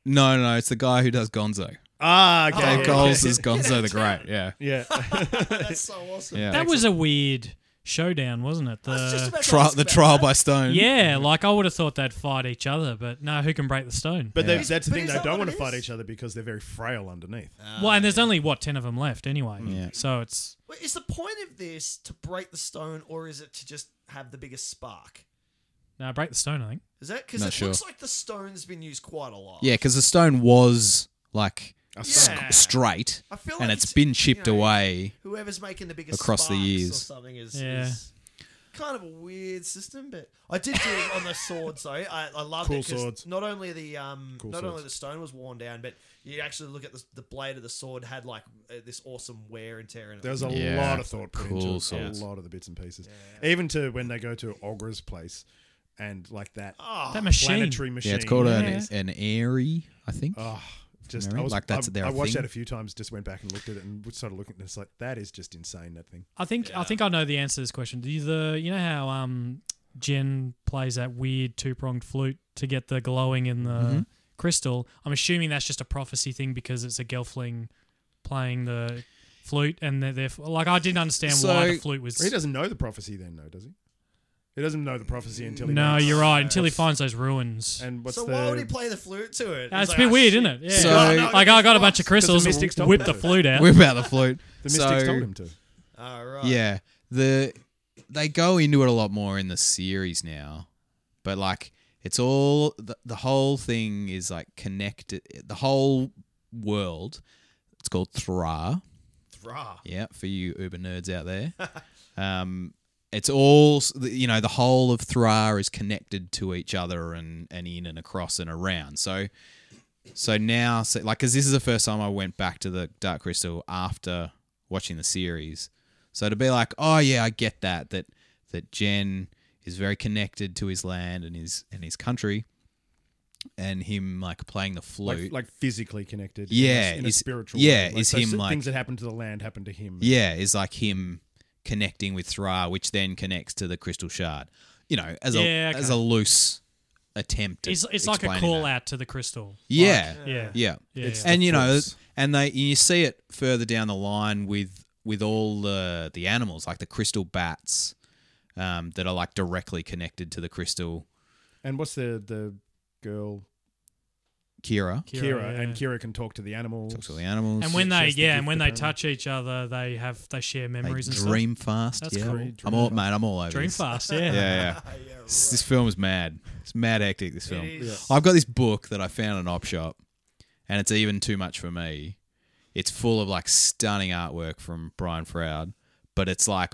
No, no, no, it's the guy who does Gonzo. Ah, okay. Dave yeah, Goals yeah, is Gonzo the Great. Yeah, Yeah. [LAUGHS] that's so awesome. yeah. That was a weird showdown, wasn't it? I was just The, about to Tri- ask the about trial that. by stone. yeah, like I would have thought they'd fight each other, but no, who can break the stone? But Yeah. they- that's the But thing. is They that don't what want it to fight is? each other because they're very frail underneath. well, Um, and there's only what ten of them left anyway. Yeah. So it's Wait, Is the point of this to break the stone, or is it to just have the biggest spark? no break the stone. I think. Is that because Not it sure. looks like the stone's been used quite a lot? Yeah, because the stone was like yeah. straight, I feel and like it's been chipped you know, away. whoever's making the biggest Across the sparks or years. something is, Yeah. is kind of a weird system. But I did do it on the swords though. I, I loved Cool it 'cause swords. not only the um Cool not only swords. the stone was worn down, but you actually look at the, the blade of the sword had like uh, this awesome wear and tear in it. There was a Yeah. lot of thought put Cool into it, swords. a lot of the bits and pieces. Even to when they go to Ogra's place and like that oh, That machine. planetary machine. Yeah, it's called Yeah. an an airy, I think. [LAUGHS] Oh, just Mary? I was, Like, that's I, their I watched thing? that a few times. Just went back and looked at it and started looking. It's like that is just insane. That thing. I think I think I know the answer to this question. Do you, the you know how um Jen plays that weird two pronged flute to get the glowing in the crystal? I'm assuming that's just a prophecy thing because it's a gelfling playing the flute, and they're, they're like I didn't understand why So- the flute was. He doesn't know the prophecy then, though, does he? He doesn't know the Mm, prophecy until he no, makes- you're right. Until he finds those ruins, And what's so the? why would he play the flute to it? Uh, it's He's a like, bit "Ah, weird, isn't shit." it? Yeah. So- No, no, like it's I got a not. bunch of crystals, and Mystics told whipped me the that. flute out. Whip out the flute. the mystics So- told him to. All right. Yeah, the they go into it a lot more in the series now, but like it's all the, the whole thing is like connected. The whole world. It's called Thra. Rah. Yeah, for you Uber nerds out there. um, it's all s- the- you know. The whole of Thra is connected to each other and and in and across and around. So, so now, so, like, because this is the first time I went back to the Dark Crystal after watching the series. So to be like, oh yeah, I get that that that Jen is very connected to his land and his and his country, and him like playing the flute. Like, like physically connected. in a- Yeah, in a, is- spiritual. yeah, way. Like, is so him, s- like- things that happened to the land happened to him. Yeah, is like him connecting with Thra, which then connects to the crystal shard. You know, as a Yeah, okay. as a loose attempt. at It's, it's like a explaining call that. out to the crystal. Yeah, Yeah. yeah, Yeah, It's yeah. and the you know, force. and they you see it further down the line with with all the the animals like the crystal bats um, that are like directly connected to the crystal And what's the the girl Kira. Kira, Kira, yeah. and Kira can talk to the animals. Talks to the animals. And when they Just the yeah, gift and when of they them. touch each other, they have they share they memories and stuff. dream fast. That's yeah, cool. I'm all mate. I'm all over Dream this. fast, [LAUGHS] Yeah, yeah. Ah, yeah, right. This, this film is mad. It's mad hectic. This film. It is. I've got this book that I found in an op shop, and it's even too much for me. It's full of like stunning artwork from Brian Froud, but it's like,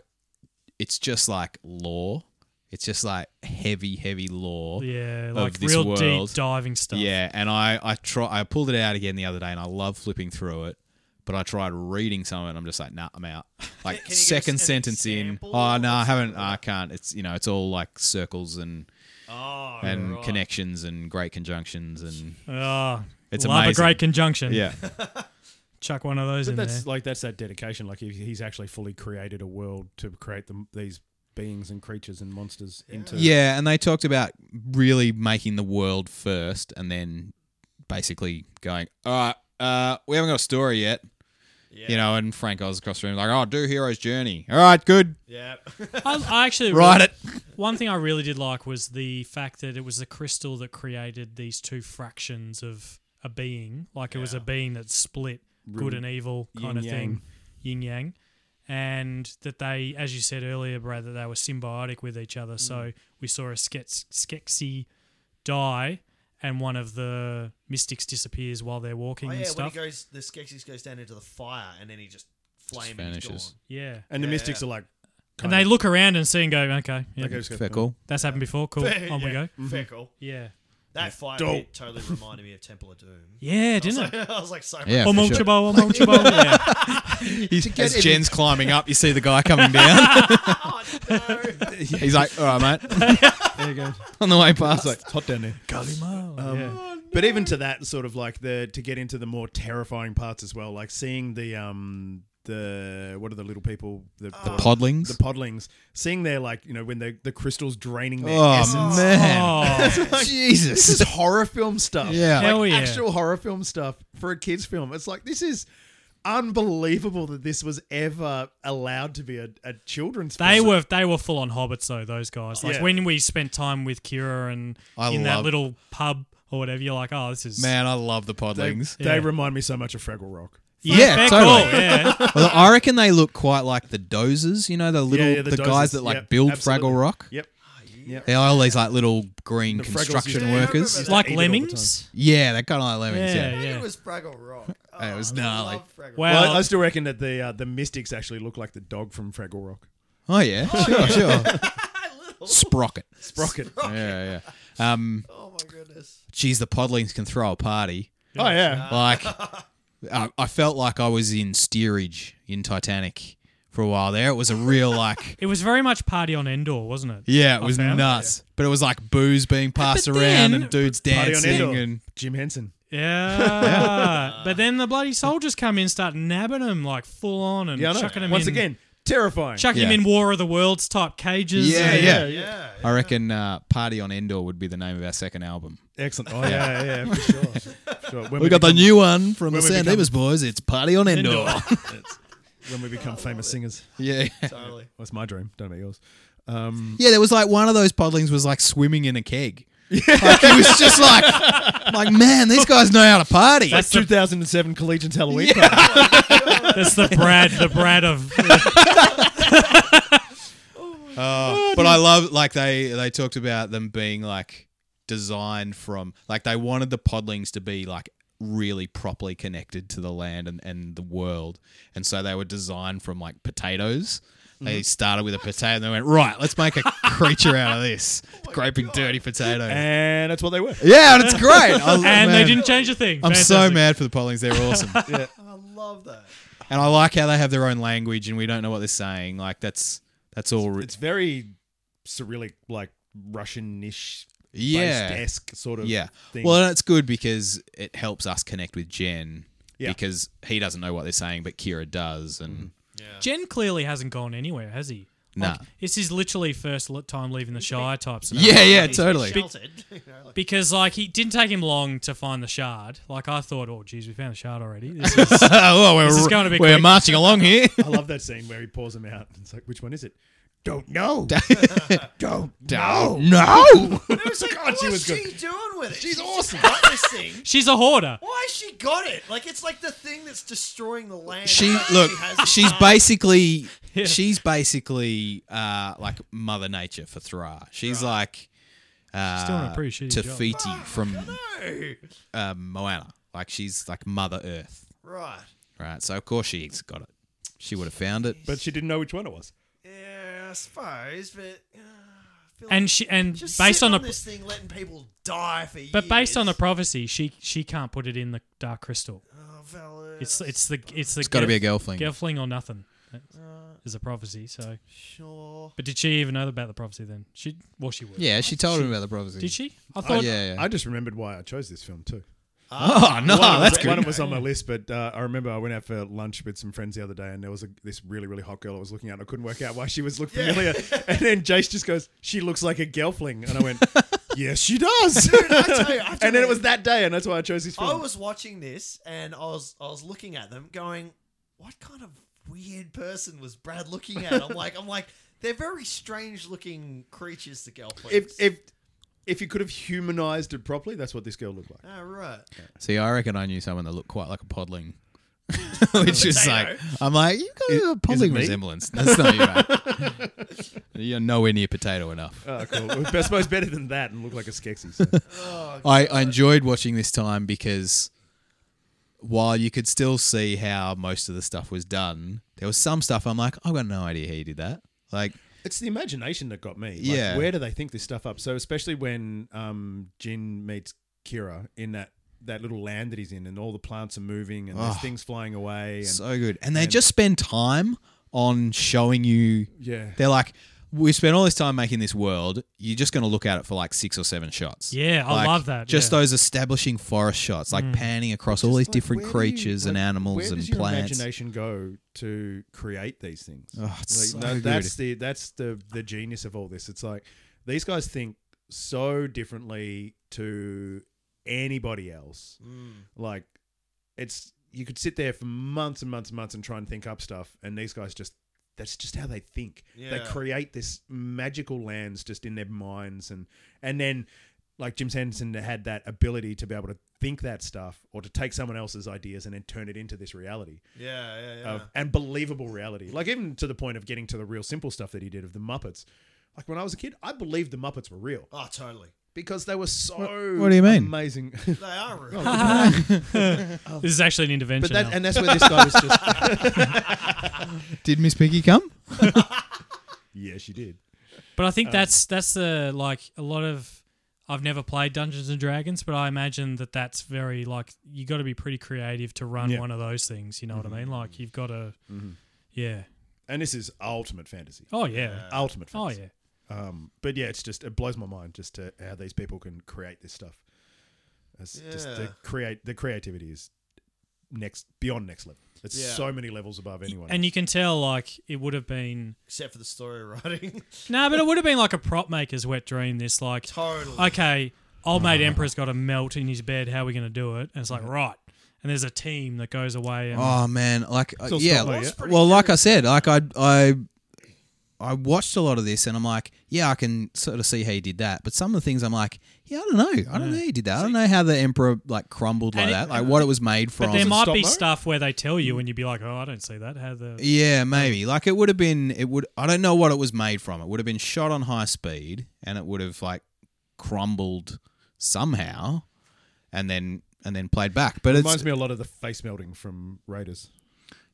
it's just like lore. It's just like heavy, heavy lore. Yeah, of like this real world. deep diving stuff. Yeah, and I I try I pulled it out again the other day, and I love flipping through it. But I tried reading some of it, and I'm just like, nah, I'm out. [LAUGHS] Like Can- can you give second us an sentence in, example oh or no, I haven't, something I like can't. It's you know, it's all like circles and Oh, and right. connections and great conjunctions and Oh, It's love amazing. a great conjunction. yeah. chuck one of those But in that's there. like that's that dedication. Like he- he's actually fully created a world to create them these beings and creatures and monsters into. Yeah, and they talked about really making the world first and then basically going, all right, uh, we haven't got a story yet. Yeah. You know, and Frank Oz across the room, like, oh, do Hero's Journey. All right, good. Yeah. [LAUGHS] I, I actually Write it. One thing I really did like was the fact that it was the crystal that created these two fractions of a being. Like it was a being that split good and evil kind of thing, yin yang. And that they, as you said earlier, Brad, that they were symbiotic with each other. Mm. So we saw a Skeks- Skeksy die, and one of the mystics disappears while they're walking Oh, and yeah, when stuff. he goes, the Skeksis goes down into the fire and then he just flame and he's vanishes. gone. yeah. And the Mystics are like, And kind they of- look around and see and go, okay, yeah, Okay, just go, Fair call. that's happened before. Cool. On we Yeah, go. Fair call. Yeah. That fire Dope. bit totally reminded me of Temple of Doom. Yeah, didn't it? [LAUGHS] I was like, so Yeah. Om for Om sure. Chabo, [LAUGHS] Om Om Chabo. Yeah. As Jen's climbing up, you see the guy coming down. Oh, no. He's like, all right, mate. there you go. [LAUGHS] On the way past, like, it's hot down there. Um, yeah. But even to that sort of like the to get into the more terrifying parts as well, like seeing the um the what are the little people the, the- podlings. the podlings seeing their like you know when the the crystals draining their oh, [LAUGHS] essence. man. Oh, Jesus. [LAUGHS] This is horror film stuff. Yeah. Hell like Oh, yeah. actual horror film stuff for a kids film. It's like this is unbelievable that this was ever allowed to be a, a children's. they film. were they were full on hobbits though. Those guys. Like Yeah. when we spent time with Kira and I in that love- little pub or whatever, you're like, oh, this is man, I love the They, podlings. they Yeah. remind me so much of Fraggle Rock. Yeah, fair totally. call, [LAUGHS] yeah. Well, I reckon they look quite like the dozers, you know, the little Yeah, yeah, the, the guys dozers. that like Yep, build absolutely. Fraggle Rock. Yep. They're all these like little green The Fraggles used construction to- Yeah, I remember workers. that. like They eat it all the lemmings. Yeah, they're kind of like lemmings. Yeah. Yeah, I think yeah. it was Fraggle [LAUGHS] Rock. It was Oh, I gnarly. love Fraggle Wow. Well, Well- I still reckon that the uh, the Mystics actually look like the dog from Fraggle Rock. Oh yeah, sure, sure. Sprocket. [LAUGHS] Sprocket. Yeah, yeah. Um, Rock. Oh, my goodness. geez, the podlings can throw a party. Oh yeah. Like, uh, I, I felt like I was in steerage in Titanic for a while there. It was a real like. It was very much party on Endor, wasn't it? Yeah, it was found- nuts. But it was like booze being passed But around then- and dudes Party on dancing Endor. and Jim Henson. Yeah. but then the [LAUGHS] bloody soldiers come in, start nabbing them like full on and Yeah, I know. chucking them Once in, again, terrifying. chucking Yeah. them in War of the Worlds type cages. Yeah, and- yeah. Yeah. I reckon uh, Party on Endor would be the name of our second album. Excellent. Oh yeah, yeah, for sure. For sure. When We got the become- new one from the when we San become- Dimas Boys. It's Party on Endor. [LAUGHS] when we become famous singers. yeah. Totally. That's my dream. Don't know about yours. Yeah, there was like one of those podlings was like swimming in a keg. Like he was just like, like man, these guys know how to party. That's the, 2007 Collegians Halloween party. that's the Brad, the Brad of Oh, Uh, but I love like they they talked about them being like designed from like they wanted the podlings to be like really properly connected to the land and, and the world and so they were designed from like potatoes Mm-hmm. they started with a potato and they went right let's make a creature out [LAUGHS] of this Oh graping dirty potato and that's what they were. yeah and it's great [LAUGHS] [LAUGHS] I, and they man, didn't change a thing. i'm so Fantastic. mad for the podlings they're [LAUGHS] awesome I love that. and i like how they have their own language and we don't know what they're saying like that's that's all re- It's very Cyrillic, like Russian-ish, yeah esque sort of. Yeah. Thing. Well, that's good because it helps us connect with Jen Yeah. because he doesn't know what they're saying, but Kira does. And Mm-hmm. Jen clearly hasn't gone anywhere, has he? Nah. This is literally first li- time leaving the Shire type scenario. [LAUGHS] yeah, yeah, He's been totally. [LAUGHS] Sheltered. you know, like, Because like he didn't take him long to find the shard. Like I thought, oh geez, we found the shard already. This is, [LAUGHS] oh, we're, is going to be we're quick. marching [LAUGHS] along here. I love that scene where he pours them out. It's like, which one is it? [LAUGHS] Don't know. [LAUGHS] Don't know. no. [LAUGHS] It was like, God, she what's was good. she doing with it? She's just awesome. got this thing. [LAUGHS] she's a hoarder. Why has she got it? Like it's like the thing that's destroying the land. [LAUGHS] She Like, [LAUGHS] look. has this She's arm. basically she's basically uh, like Mother Nature for Thra. She's like uh, she's doing a pretty shitty job. Tafiti from No. uh, Moana. Like she's like Mother Earth, Right. right? So of course she's got it. She would have found it. But she didn't know which one it was. Yeah, I suppose, but. Uh, I feel And like she and just based sitting on on, a this thing, letting people die for years. but based on a prophecy, she she can't put it in the dark crystal. Oh, fella. It's it's the it's the. It's gotta be a Gelfling. Gelfling or nothing. Uh, Is a prophecy. So, sure. but did she even know about the prophecy then? She well she would. yeah, she told him about the prophecy. Did she? I Oh thought. yeah, yeah. I just remembered why I chose this film too. Oh no, Ah, one, that's was, good. one was on my list, but uh, I remember I went out for lunch with some friends the other day, and there was a, this really, really hot girl I was looking at. And [LAUGHS] [LAUGHS] I couldn't work out why she was looked familiar, and then Jace just goes, "She looks like a gelfling," and I went, Yes, she does. I tell you, I have to [LAUGHS] and then it was admit, that day, and that's why I chose this film. I was watching this and I was I was looking at them, going, "What kind of weird person was Brad looking at?" I'm like, I'm like, they're very strange looking creatures. The girl plays. if if if you could have humanized it properly, that's what this girl [LAUGHS] looked like. oh, right. See, I reckon I knew someone that looked quite like a [LAUGHS] podling. Which is like, I'm like, you've got a is it podling me? resemblance. That's not you, right. [LAUGHS] You're nowhere near potato enough. Oh, cool. I suppose better than that and look like a Skeksis. I, I enjoyed watching this time because while you could still see how most of the stuff was done, there was some stuff I'm like, I've got no idea how you did that. Like, It's the imagination that got me. Like, Yeah. Where do they think this stuff up? So especially when um, Jin meets Kira in that that little land that he's in, and all the plants are moving, and there's Oh. things flying away. And so good. And they just spend time on showing you. Yeah. They're like, we spent all this time making this world. You're just going to look at it for like six or seven shots. Yeah, I Like, love that, Just yeah. Mm. those establishing forest shots, like panning across all Just these like, different where do you- creatures and like, animals where and does your plants. imagination go to create these things? Oh, it's Like, so no, good. that's the that's the the genius of all this. It's like these guys think so differently to anybody else. Mm, Like it's you could sit there for months and months and months and try and think up stuff, and these guys just that's just how they think. They Yeah. create this magical lands just in their minds, and and then like Jim Sanderson had that ability to be able to think that stuff or to take someone else's ideas and then turn it into this reality Yeah, yeah, yeah. of and believable reality. Like even to the point of getting to the real simple stuff that he did of the Muppets. Like when I was a kid, I believed the Muppets were real oh, totally. because they were so what do you mean? amazing. They are real. This is actually an intervention. [LAUGHS] but that Al. and that's where this guy was just [LAUGHS] Did Miss Piggy come? Yeah, she did. But I think that's that's the like a lot of I've never played Dungeons and Dragons, but I imagine that that's very like you got to be pretty creative to run Yeah. one of those things. You know what I mean? Like you've got to, yeah. And this is ultimate fantasy. Oh yeah. Ultimate Oh fantasy. yeah. Um but yeah, it's just it blows my mind just to how these people can create this stuff. It's just Yeah. the create the creativity is next beyond next level. It's Yeah. so many levels above anyone. And you can tell like it would have been Except for the story writing. [LAUGHS] no, but it would have been like a prop maker's wet dream. This like totally. okay, old mate Emperor's got to melt in his bed. How are we going to do it? And it's like right. And there's a team that goes away and Oh man, like uh, Still yeah, Scotland, yeah? well, That's like pretty I said, like I I I watched a lot of this, and I'm like, yeah, I can sort of see how he did that. But some of the things, I'm like, yeah, I don't know, I don't know how he did that. I don't know how the emperor like crumbled like And it- that, like what it was made from. But there might stop be motion? stuff where they tell you and you'd be like, oh, I don't see that. How the yeah, maybe. Like it would have been, it would. I don't know what it was made from. It would have been shot on high speed, and it would have like crumbled somehow, and then and then played back. But it's Reminds me a lot of the face melting from Raiders.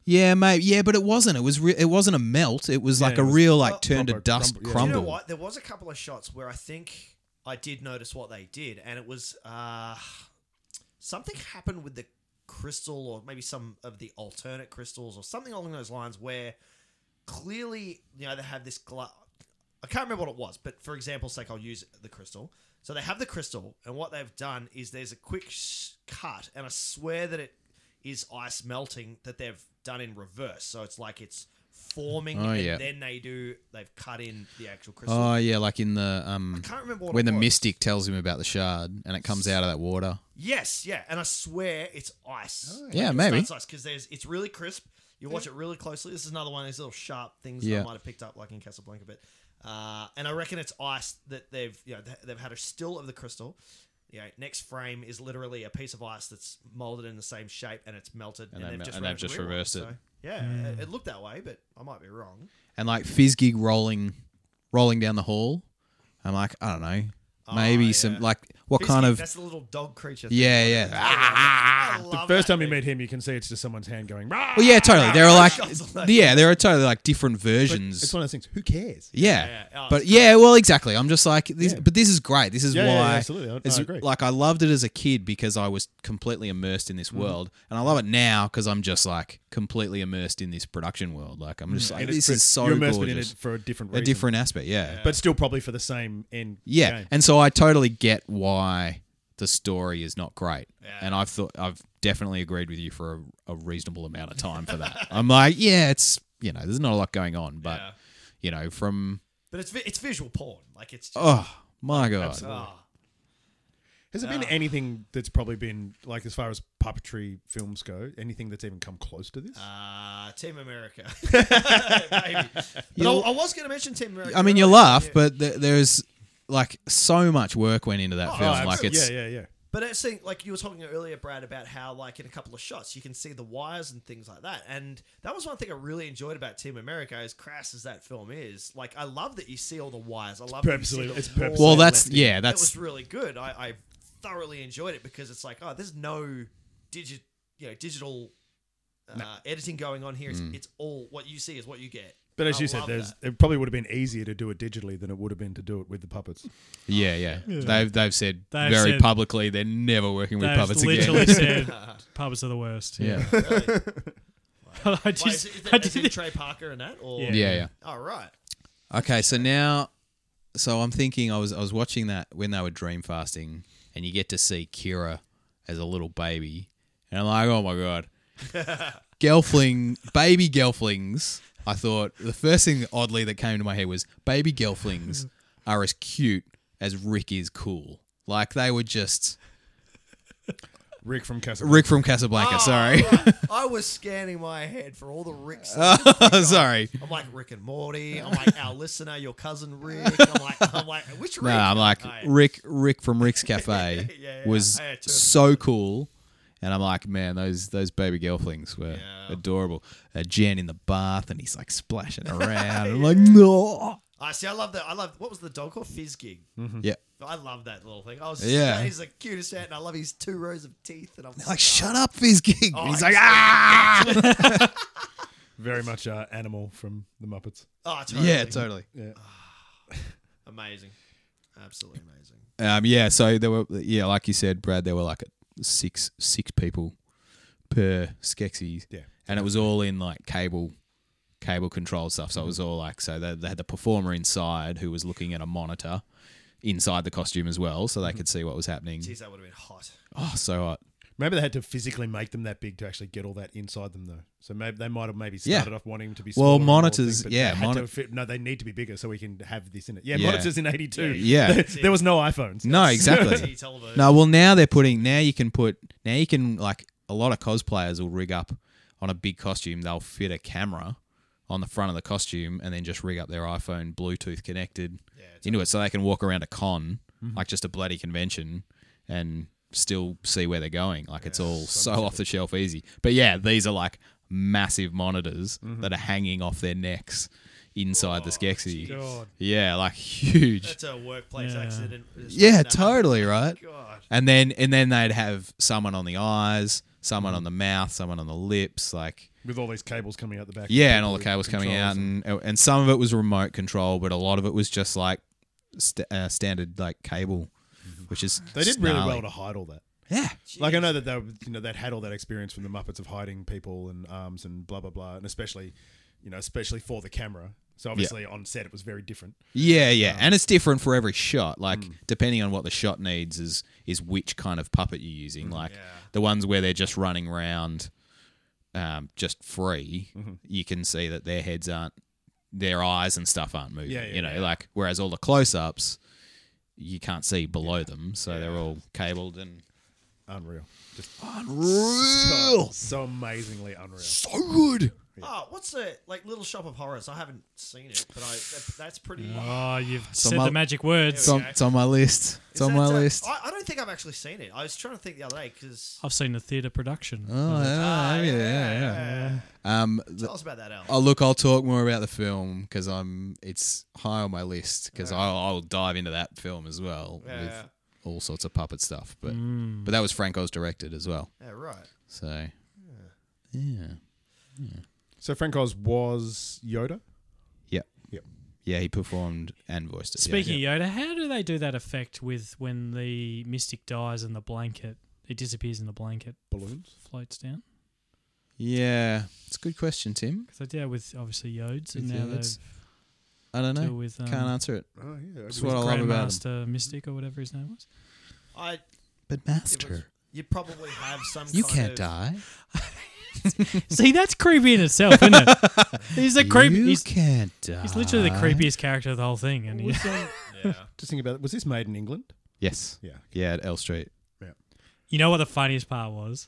yeah, mate, yeah. But it wasn't. It was. Re- it wasn't a melt. It was like it a was real like turned to proper dust crumble, yeah. crumble. You know what? There was a couple of shots where I think I did notice what they did, and it was uh, something happened with the crystal, or maybe some of the alternate crystals, or something along those lines, where clearly you know they have this glass. I can't remember what it was, but for example's sake, I'll use the crystal. So they have the crystal, and what they've done is there's a quick sh- cut, and I swear that it is ice melting that they've done in reverse. So it's like it's forming, Oh, and yeah. then they do they've cut in the actual crystal. Oh yeah, like in the um, I can't remember what when it the was. mystic tells him about the shard and it comes out of that water. Yes, yeah, and I swear it's ice. yeah. Yeah, it's maybe. not ice because there's it's really crisp. You watch it really closely. This is another one of these little sharp things that Yeah. I might have picked up, like in Casablanca, but uh, and I reckon it's ice that they've you know th- they've had a still of the crystal. You know, next frame is literally a piece of ice that's molded in the same shape and it's melted, and, they they've mel- just, and ran they've a just weird one, reversed it. so, yeah, it, it looked that way, but I might be wrong. And like Fizgig rolling, rolling down the hall. I'm like, I don't know, maybe yeah. some like what Fizzy, kind of that's the little dog creature. thing. yeah yeah. Ah, I The love first that time you thing. meet him, you can see it's just someone's hand going. "Rah!" Well, yeah, totally. There are like Shots like- yeah, there are totally like different But versions. It's one of those things. Who cares? Yeah, Yeah, yeah. Oh, but it's yeah, well, exactly. I'm just like this, Yeah. but this is great. This is Yeah, why, yeah, yeah, absolutely. I- no, it's- I agree. Like I loved it as a kid because I was completely immersed in this Mm-hmm. world, and I love it now because I'm just like completely immersed in this production world. Like I'm just like Mm. And it's this pre- is so your gorgeous, immersement in it for a different a reason, different aspect. Yeah, but still probably for the same end. yeah. game. And so I totally get why the story is not great, and I've thought I've definitely agreed with you for a, a reasonable amount of time for that. I'm like, yeah, it's you know, there's not a lot going on, but Yeah. you know, from But it's vi- it's visual porn. Like it's just, oh my god. ah, Has there been anything that's probably been like as far as puppetry films go? Anything that's even come close to this? Uh, Team America. [LAUGHS] [LAUGHS] Maybe. But I, I was going to mention Team America. I mean, you earlier, laugh, yeah. but th- there's like so much work went into that Oh, film. Oh, like absolutely. it's yeah, yeah, yeah. But it's thing- like you were talking earlier, Brad, about how like in a couple of shots you can see the wires and things like that, and that was one thing I really enjoyed about Team America. As crass as that film is, like I love that you see all the wires. I love that you see purposely- the it's wall. purposely well, that's lefty. yeah, it was that's really good. I, I thoroughly enjoyed it because it's like, oh, there's no digit, you know, digital uh, editing going on here. It's, Mm. it's all what you see is what you get. But as I you said, love there's [LAUGHS] that. it probably would have been easier to do it digitally than it would have been to do it with the [LAUGHS] puppets. yeah, yeah, They've they've said They've very said- publicly they're never working with They've puppets literally again. said puppets are the worst. [LAUGHS] yeah. [LAUGHS] I Why, is just, it, is I that, is [LAUGHS] did it Trey Parker and that? Or Yeah. yeah, yeah. oh, right. Okay, so now, so I'm thinking I was I was watching that when they were dream fasting, and you get to see Kira as a little baby, and I'm like, oh my god, Gelfling, baby Gelflings. I thought the first thing oddly that came to my head was baby Gelflings are as cute as Rick is cool. Like they were just Rick from Castle. Rick from Casablanca. Oh, sorry, [LAUGHS] right. I was scanning my head for all the Ricks. sorry. I'm like Rick and Morty. I'm like our listener, your cousin Rick. I'm like, I'm like which Rick? No, I'm like Oh, yeah. Rick. Rick from Rick's Cafe [LAUGHS] yeah, yeah. was I had two of so cool, and I'm like, man, those those baby girlflings were Yeah. adorable. Uh, Jen in the bath, and he's like [LAUGHS] splashing around. I'm like, no, I see. I love that. I love what was the dog called? Fizzgig. yeah. I love that little thing. I was Yeah. yeah. He's the cutest ant, and I love his two rows of teeth. And I'm Like, shut up, Fizz Gig. Oh, And he's I like, see. ah, Very much uh, animal from the Muppets. oh, totally. yeah, totally. Yeah. amazing, absolutely amazing. Um, yeah. So there were, yeah, like you said, Brad, there were like six six people per Skeksis. Yeah. and it was all in like cable cable control stuff so it was all like so they, they had the performer inside who was looking at a monitor inside the costume as well so they could see what was happening Jeez, that would have been hot. [LAUGHS] oh so hot Remember they had to physically make them that big to actually get all that inside them though. So maybe they might have maybe Yeah. started off wanting to be Well, smaller and more monitors, thing, but yeah, they had to moni- fit- no, they need to be bigger so we can have this in it. Yeah, Yeah. monitors in '82. Yeah. there, [LAUGHS] there was no iPhones. no TV exactly television. no well now they're putting now you can put now you can like a lot of cosplayers will rig up on a big costume they'll fit a camera on the front of the costume and then just rig up their iphone bluetooth connected into it so they can walk around a con Mm-hmm. like just a bloody convention and still see where they're going like it's all so off the shelf easy but yeah these are like massive monitors Mm-hmm. that are hanging off their necks inside the skexy God. yeah like [LAUGHS] huge Oh, That's a workplace Yeah. accident. It's yeah, like that. totally right. God. And then and then they'd have someone on the eyes, someone on the mouth, someone on the lips, like with all these cables coming out the back. yeah, and all the cables coming out, controls and and some of it was remote control, but a lot of it was just like st- uh, standard like cable, which is they did really gnarly. well to hide all that. yeah, Like I know that they were- you know they'd had all that experience from the Muppets of hiding people and arms and blah blah blah, and especially you know especially for the camera. So obviously on set it was very different. yeah, yeah, Um, and it's different for every shot. Like Hmm. depending on what the shot needs is is which kind of puppet you're Hmm, using. Like the ones where they're just running round, um, just free, Mm-hmm. you can see that their heads aren't, their eyes and stuff aren't moving. Yeah, yeah, you know, yeah. like whereas all the close ups, you can't see below them, so they're all cabled and Unreal, just unreal, so, so amazingly unreal. so good. Oh, what's the like Little Shop of Horrors? I haven't seen it, but I that, that's pretty. Uh, Oh, you've So said my- the magic words. It's on, it's on my list. It's Is on that, my uh, list. I, I don't think I've actually seen it. I was trying to think the other day because I've seen the theatre production. Oh, yeah, Ah, yeah, yeah, yeah, yeah. Um, the- tell us about that, Al. Oh, look, I'll talk more about the film because I'm it's high on my list because I'll, I'll dive into that film as well Yeah, with yeah. all sorts of puppet stuff. But Mm. but that was Franco's directed as well, Yeah, right. so yeah, So Frank Oz was Yoda. yeah, Yep. yeah. He performed and voiced it. yeah. Speaking of Yoda, how do they do that effect with when the mystic dies and the blanket? It disappears in the blanket, Balloons. floats down. yeah. it's a good question, Tim. Because they did that with obviously Yods, and With now Yods. they I don't deal know. with um, Can't answer it. Oh yeah. That's everyone- what I love about Grandmaster him. Mystic or whatever his name was. [LAUGHS] I But It was- master, you probably have some. you kind can't of, die. See, that's creepy in itself, isn't [LAUGHS] it? He's the creep. You He's, can't die. he's literally the creepiest character of the whole thing, and he, Was, um, Yeah. just think about it. Was this made in England? Yes. Yeah. Yeah, at L Street. You know what the funniest part was?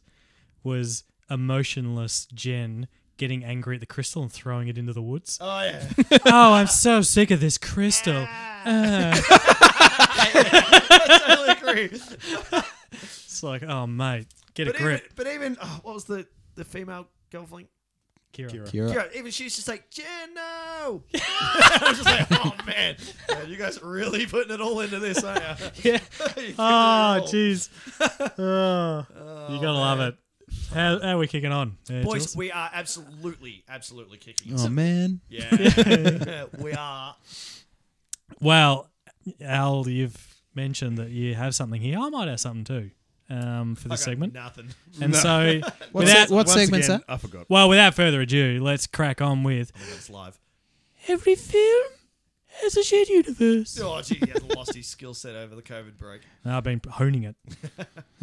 Was emotionless Jen getting angry at the crystal and throwing it into the woods. [LAUGHS] Oh yeah. [LAUGHS] oh, I'm so sick of this crystal. Uh. I totally agree. It's like, oh mate, get But a grip, even, but even oh, what was the the female girlfriend? Kira. Kira. Yeah, even she was just [LAUGHS] like, Jen, no. [LAUGHS] I was just like, oh man, Yeah, you guys are really putting it all into this, aren't [LAUGHS] you? Yeah. You're giving it [LAUGHS] Oh, all. jeez. Oh, you gotta love Oh, man. it. How, how are we kicking on? Yeah, Boys, Jules? we are absolutely, absolutely kicking. it. Oh man. [LAUGHS] Yeah, [LAUGHS] we are. well, Al, you've mentioned that you have something here. I might have something too um, for this I got segment. Nothing. And [LAUGHS] so, What, without, se- what Once segment's again, that? I forgot. well, without further ado, let's crack on with It's live. every film has a shared universe. Oh, gee, he has lost his skill set over the COVID break. I've been honing it. [LAUGHS]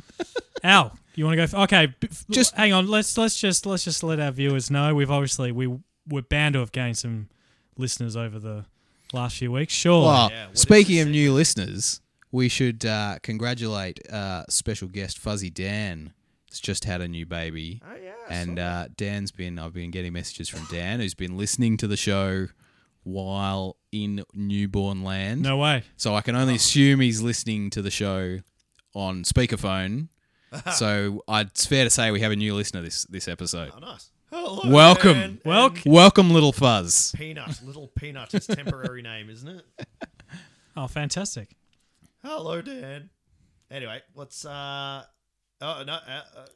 Al, you want to go? F- okay, b- f- Just- hang on. Let's let's just let's just let our viewers know we've obviously we we're bound to have gained some listeners over the last few weeks. Sure. Well, Yeah, what is speaking the of new listeners, we should uh, congratulate uh, special guest Fuzzy Dan. Has just had a new baby. Oh yeah. and uh, Dan's been I've been getting messages from Dan who's been listening to the show while in newborn land. no way. So I can Oh. only assume he's listening to the show on [LAUGHS] speakerphone. so I, it's fair to say we have a new listener this this episode. oh, nice. Hello, Welcome. and- Welcome. and Welcome, little fuzz. Peanut, little peanut, [LAUGHS] his temporary name, isn't it? Oh, fantastic. Hello, Dan. Anyway, what's uh? Oh no. Uh, uh,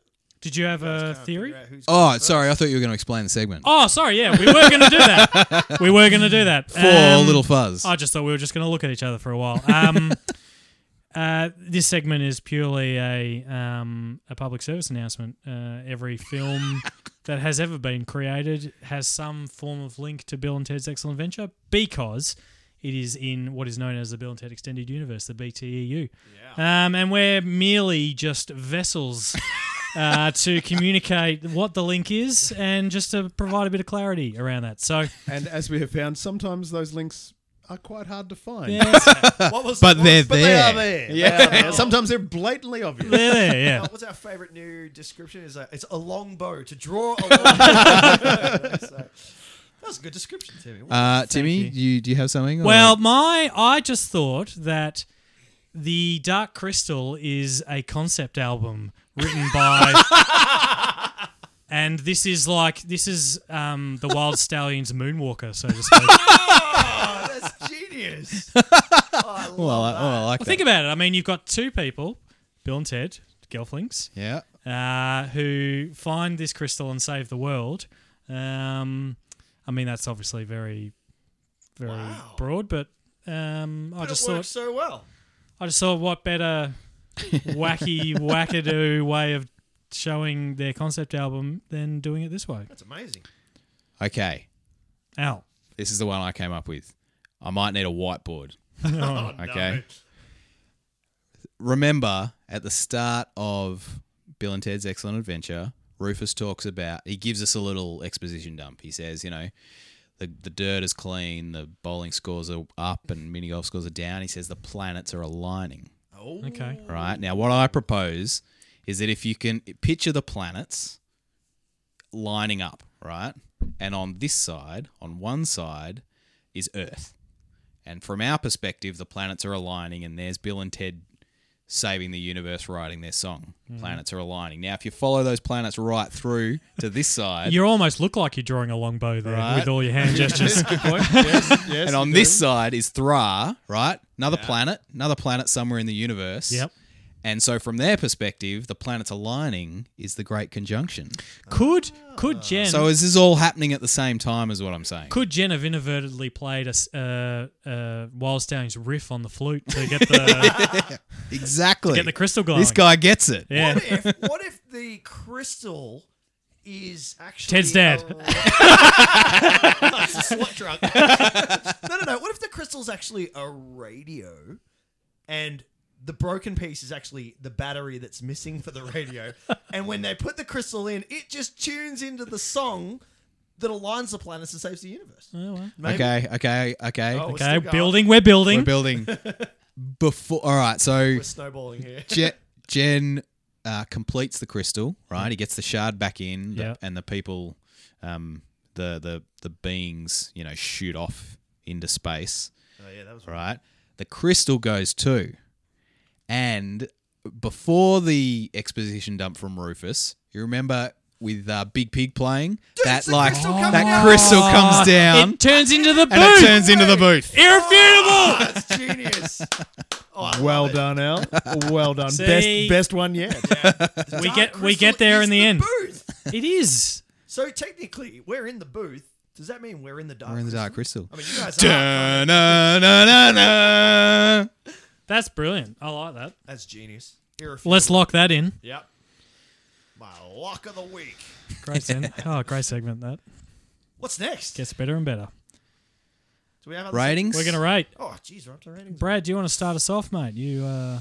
Did you have a can't Uh, theory? figure out who's Oh, going sorry. I thought you were going to explain the segment. Oh, sorry. Yeah, we were going to do [LAUGHS] that. We were going to do that. For Um, little fuzz. I just thought we were just going to look at each other for a while. Um, [LAUGHS] uh, this segment is purely a um, a public service announcement. Uh, every film that has ever been created has some form of link to Bill and Ted's Excellent Adventure because it is in what is known as the Bill and Ted Extended Universe, the BTEU. Um, and we're merely just vessels. Uh, to communicate what the link is and just to provide a bit of clarity around that. So, And as we have found, sometimes those links are quite hard to find. [LAUGHS] yeah, first? What was? but what- they're But there. they are there. Yeah. They are there. Sometimes they're blatantly obvious. they're there, yeah. uh, What's our favorite new description? Is a, it's a long bow to draw [LAUGHS] a long bow. [LAUGHS] so, that was a good description, Timmy. What- Uh, Timmy, you. you. do you have something? or- Well, my I just thought that the Dark Crystal is a concept album written by, [LAUGHS] and this is like this is um, the Wild Stallions Moonwalker, so [LAUGHS] to speak. oh, [LAUGHS] that's genius. Oh, I love well, I, that. oh, I like well, that. think about it. I mean, you've got two people, Bill and Ted, Gelflings, yeah. uh, who find this crystal and save the world. Um, I mean, that's obviously very, very broad, but um, I But just it thought works so well. I just thought what better [LAUGHS] wacky wackadoo way of showing their concept album than doing it this way. [LAUGHS] That's amazing. Okay. Al. This is the one I came up with. I might need a whiteboard. Oh, no. Okay. remember at the start of Bill and Ted's Excellent Adventure, Rufus talks about he gives us a little exposition dump. He says, you know, the the dirt is clean, the bowling scores are up and mini golf scores are down. He says the planets are aligning. Oh, Okay. Right? Now what I propose is that if you can picture the planets lining up, right? And on this side, on one side, is Earth. And from our perspective, the planets are aligning, and there's Bill and Ted saving the universe, writing their song. Mm. Planets are aligning. Now, if you follow those planets right through to [LAUGHS] this side, You almost look like you're drawing a longbow there Right. with all your [LAUGHS] hand gestures. and on this side is Thra, right? Another planet, another planet somewhere in the universe. Yep. And so, from their perspective, the planets aligning is the Great Conjunction. could could Jen Ah. So, is this all happening at the same time? Is what I'm saying. could Jen have inadvertently played a s- uh, uh, Wild Stallions riff on the flute to get [LAUGHS] the Exactly. get the crystal glowing? This guy gets it. yeah. What if, what if the crystal is actually Ted's dad. [LAUGHS] a- It's a slut drunk. no, no, no. What if the crystal's actually a radio, and the broken piece is actually the battery that's missing for the radio? and when they put the crystal in, it just tunes into the song that aligns the planets and saves the universe. Oh, well. Maybe. Okay. Okay. Okay. Oh, we're Okay, still going. building, we're building. [LAUGHS] We're building. before. All right, so [LAUGHS] We're snowballing here. Jen, Jen uh, completes the crystal, right? He gets the shard back in, the- Yeah. and the people, um, the the the beings, you know, shoot off into space, Oh yeah, that was right? The crystal goes too, and before the exposition dump from Rufus, you remember with uh, Big Pig playing that the like crystal that coming out! crystal comes down It turns into the and it boot. turns into the booth. Irrefutable. [LAUGHS] [LAUGHS] That's genius. Oh, I Well love it. done, Al. Well done. See? Best best one yet. we Dark get we Crystal get there is in the, end. Booth. It is. So technically, we're in the booth. Does that mean we're in the dark? We're in the dark crystal. I mean, you guys are. aren't you? Da-na-na-na-na. That's brilliant. I like that. That's genius. Irrefutable. Let's lock that in. Yep. My lock of the week. Great segment. Oh, great segment. That What's next? gets better and better. Do we have other Ratings. We're gonna rate. Oh, jeez, we're up to ratings. Brad, do you want to start us off, mate? You uh,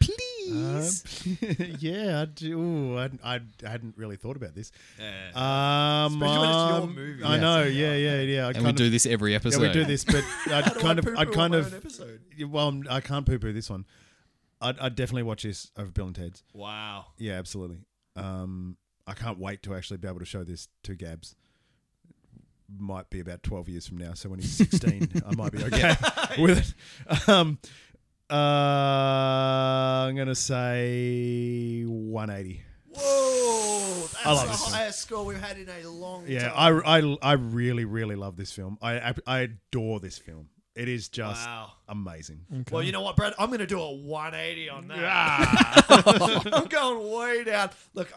please. yeah, I do. Ooh, I, I, I hadn't really thought about this. Yeah. Um, Especially when it's your um, movie. I Yeah. know. Yeah, yeah, yeah. I and we do this every Yeah, episode. we do this, but I'd do I kind of, poo-poo I'd on kind my own of, episode? well, I'm, I can't poo-poo this one. I'd, I'd definitely watch this over Bill and Ted's. Wow. Yeah, absolutely. Um, I can't wait to actually be able to show this to Gabs. Might be about twelve years from now, so when he's [LAUGHS] sixteen, I might be okay [LAUGHS] with it. Um, uh, I'm gonna say one eighty. Whoa. That's love the this film. highest score we've had in a long Yeah, time. I, I, I really, really love this film. I, I, I adore this film. It is just Wow. Mm. amazing. Well, you know what, Brad? I'm going to do a 180 on that. [LAUGHS] I'm going way down. Look,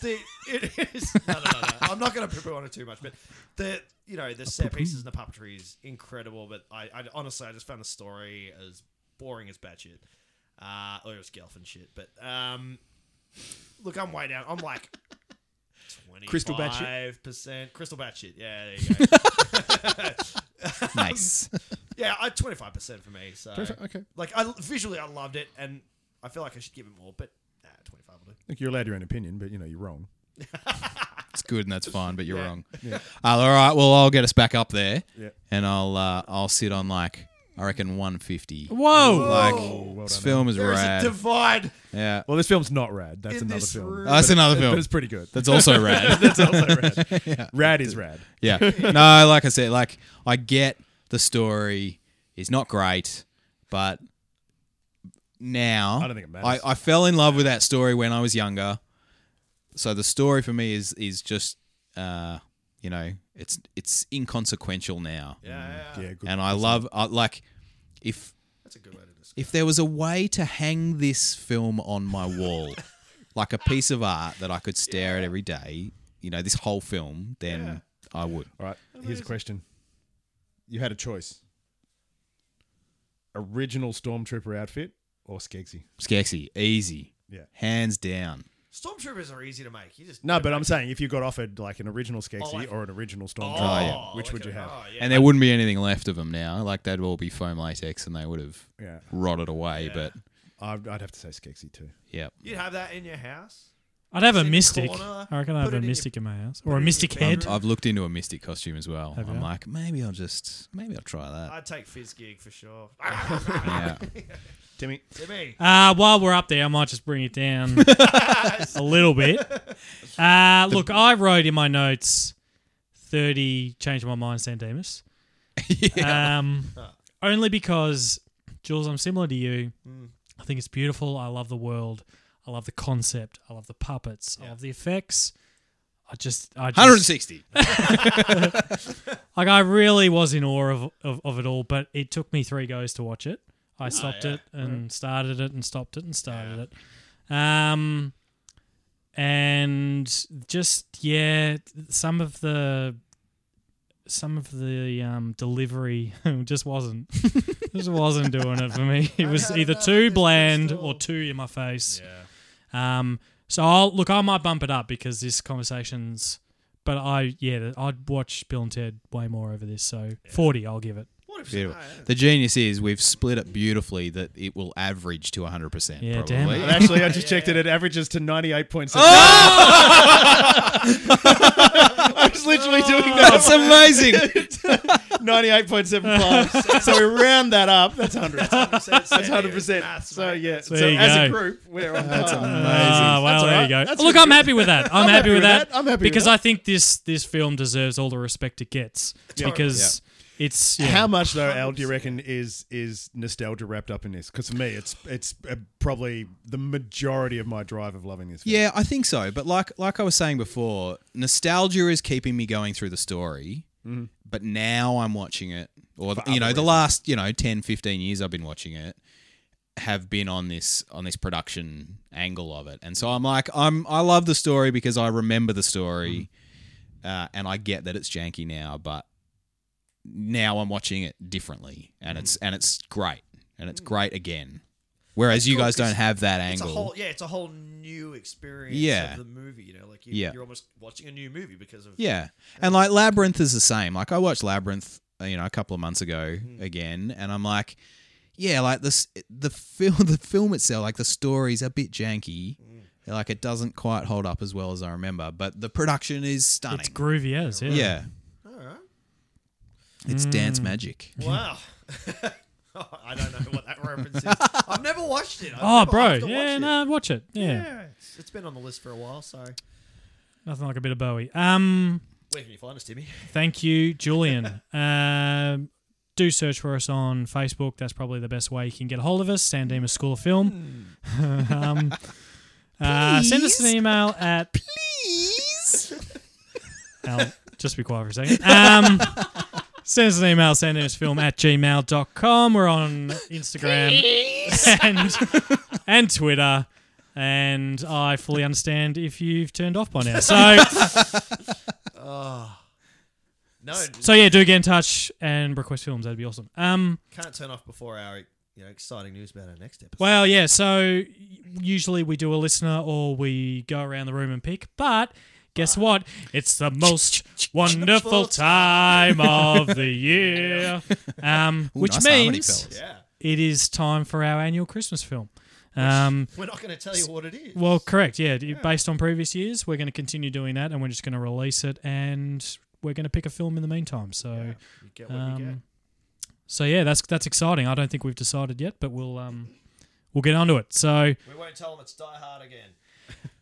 the it is. No, no, no, no. I'm not going to poo on it too much, but the you know the set pieces and the puppetry is incredible. But I, I honestly, I just found the story as boring as batshit. Uh, or it was gelfin shit. But um, look, I'm way down. I'm like. Crystal batshit. percent crystal batshit. Yeah, there you [LAUGHS] go. Nice. yeah, I twenty five percent for me. So Okay, like I visually I loved it, and I feel like I should give it more, but nah, twenty five will do. Look, you're allowed your own opinion, but you know you're wrong. it's good and that's fine, but you're wrong. Uh, all right. Well, I'll get us back up there, Yeah. and I'll uh, I'll sit on like I reckon 150. whoa. Like well this done, eh? film is Oh, There is rad. a Mm, divide. yeah, Well, this film's not rad. That's In another this film. room. Oh, that's another film. But it's pretty good. that's also rad. [LAUGHS] That's also rad. Rad is rad. Yeah. No, like I said, like I get the story is not great, but now I don't think it matters. I, I fell in love with that story when I was younger. So the story for me is is just uh, you know, it's it's inconsequential now. Yeah, yeah, Yeah, good. And I love I, like if that's a good way to describe. if there was a way to hang this film on my wall, like a piece of art that I could stare at every day, you know, this whole film, then I would. All right, here's a question. You had a choice: original stormtrooper outfit or Skeggsy. Skexy, easy. Yeah. Hands down. it. Stormtroopers are easy to make. You just No, but I'm saying if you got offered like an original Oh, Skeggsy I- or an original stormtrooper, yeah. which would you have? Oh, yeah. And there wouldn't be anything left of them now. Like, that'd all be foam latex and they would have Yeah, rotted away. But, I'd, I'd have to say Skeggsy too. yeah. You'd have that in your house. I'd have a in the mystic. corner, I reckon I put have it a in your- mystic in my house, or it a in mystic your head. bedroom. I've looked into a mystic costume as well. Have I'm ya? like, maybe I'll just, maybe I'll try [LAUGHS] that. I'd take Fizz Gig for sure. [LAUGHS] Ah, Yeah. Timmy, Jimmy, Uh, while we're up there, I might just bring it down a little bit. Uh, look, I wrote in my notes 30 Change My Mind, San Demas. Um, only because, Jules, I'm similar to you. I think it's beautiful. I love the world. I love the concept. I love the puppets. I love the effects. I just, I just 160. like I really was in awe of, of, of it all, but it took me three goes to watch it. I stopped yeah. it and started it and stopped it and started it. Um and just yeah, some of the some of the um, delivery [LAUGHS] just wasn't just wasn't doing it for me. [LAUGHS] It was had either enough of too this bland crystal. or too in my face. Um, so I'll look. I might bump it up because this conversation's. But I yeah, I'd watch Bill and Ted way more over this. So forty, I'll give it. what Beautiful. "Oh, The genius is we've split it beautifully that it will average to 100%. Yeah, probably. damn But actually, I just checked it. It averages to 98.6. [LAUGHS] I was literally doing [LAUGHS] that. That's [LAUGHS] amazing. 98.75. so we round that up. That's 100. Ah, That's 100%. Maths, So, mate. yeah. So There you as a go. group, we're on That's par. amazing. Ah, well, That's all there right. you go. That's Look, I'm happy with that. I'm, happy, with that. I'm happy with because that. I think this this film deserves all the respect it gets because it's yeah. How much though, Al? Do you reckon is is nostalgia wrapped up in this? Because for me, it's it's uh, probably the majority of my drive of loving this. Film. Yeah, I think so. But like like I was saying before, nostalgia is keeping me going through the story. Mm-hmm. But now I'm watching it or you know, the last, you know, 10, 15 years I've been watching it have been on this on this production angle of it. And so I'm like I'm I love the story because I remember the story. Mm-hmm. Uh, and I get that it's janky now, but now I'm watching it differently and Mm-hmm. it's and it's great. And it's great again. Whereas you Mm. cool, guys 'cause don't have that angle. It's a whole yeah, it's a whole new experience Yeah. of the movie. You know, like you, Yeah. you're almost watching a new movie because of Yeah. And like Labyrinth is the same. Like I watched Labyrinth, uh, you know, a couple of months ago again, and I'm like, yeah, like this the film [LAUGHS] the film itself, like the story's a bit janky. Like it doesn't quite hold up as well as I remember, but the production is stunning. it's groovy as yeah. yeah. All right. It's dance magic. Wow. [LAUGHS] Oh, I don't know [LAUGHS] what that reference is. I've never watched it. I've Oh, never- I bro. have to watch Yeah, it. no, watch it. Yeah. Yeah, it's- it's been on the list for a while. So nothing like a bit of Bowie. Um, where can you find us, Timmy? thank you, Julian. um, do search for us on Facebook. That's probably the best way you can get a hold of us. San Dimas School of Film. [LAUGHS] um, uh, send us an email at Please. Al, just be quiet for a second. Um, send us an email, sandimusfilm at gmail.com. We're on Instagram and, and Twitter. And I fully understand if you've turned off by now. So, No, so yeah, do get in touch and request films. That'd be awesome. Um, can't turn off before our you know exciting news about our next episode. Well, yeah. So usually we do a listener or we go around the room and pick, but guess what? It's the most wonderful time of the year. Um, which nice harmony, means fellas. yeah, it is time for our annual Christmas film. Um, we're not going to tell you what it is. well, correct. Yeah, d- based on previous years, we're going to continue doing that, and we're just going to release it, and we're going to pick a film in the meantime. So, you get what you get. um, so yeah, that's that's exciting. I don't think we've decided yet, but we'll um, we'll get onto it. So. We won't tell them it's Die Hard again.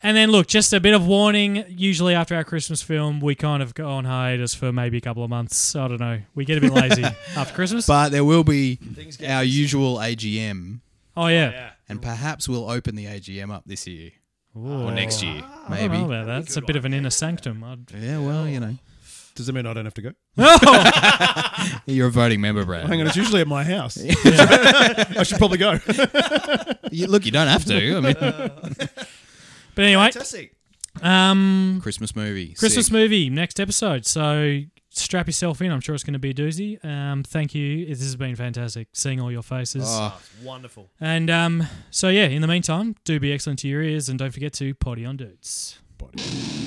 And then look, just a bit of warning. Usually after our Christmas film, we kind of go on hiatus for maybe a couple of months. I don't know. We get a bit [LAUGHS] lazy after Christmas. [LAUGHS] But there will be Things get our usual AGM oh yeah, Yeah, and perhaps we'll open the AGM up this year or next year, I don't know maybe. about that. It's a bit of an inner sanctum. I'd... Yeah, well, you know. Does it mean I don't have to go? You're a voting member, Brad. Hang on, it's usually at my [LAUGHS] house. I should probably go. [LAUGHS] You- look, you don't have to. [LAUGHS] I mean, But anyway, fantastic. um, Christmas movie. Christmas Sick. movie next episode. So strap yourself in. I'm sure it's going to be a doozy. Um, thank you. This has been fantastic seeing all your faces. Oh, Oh, it's wonderful. And um, so yeah, in the meantime, do be excellent to your ears, and don't forget to potty on dudes. Body.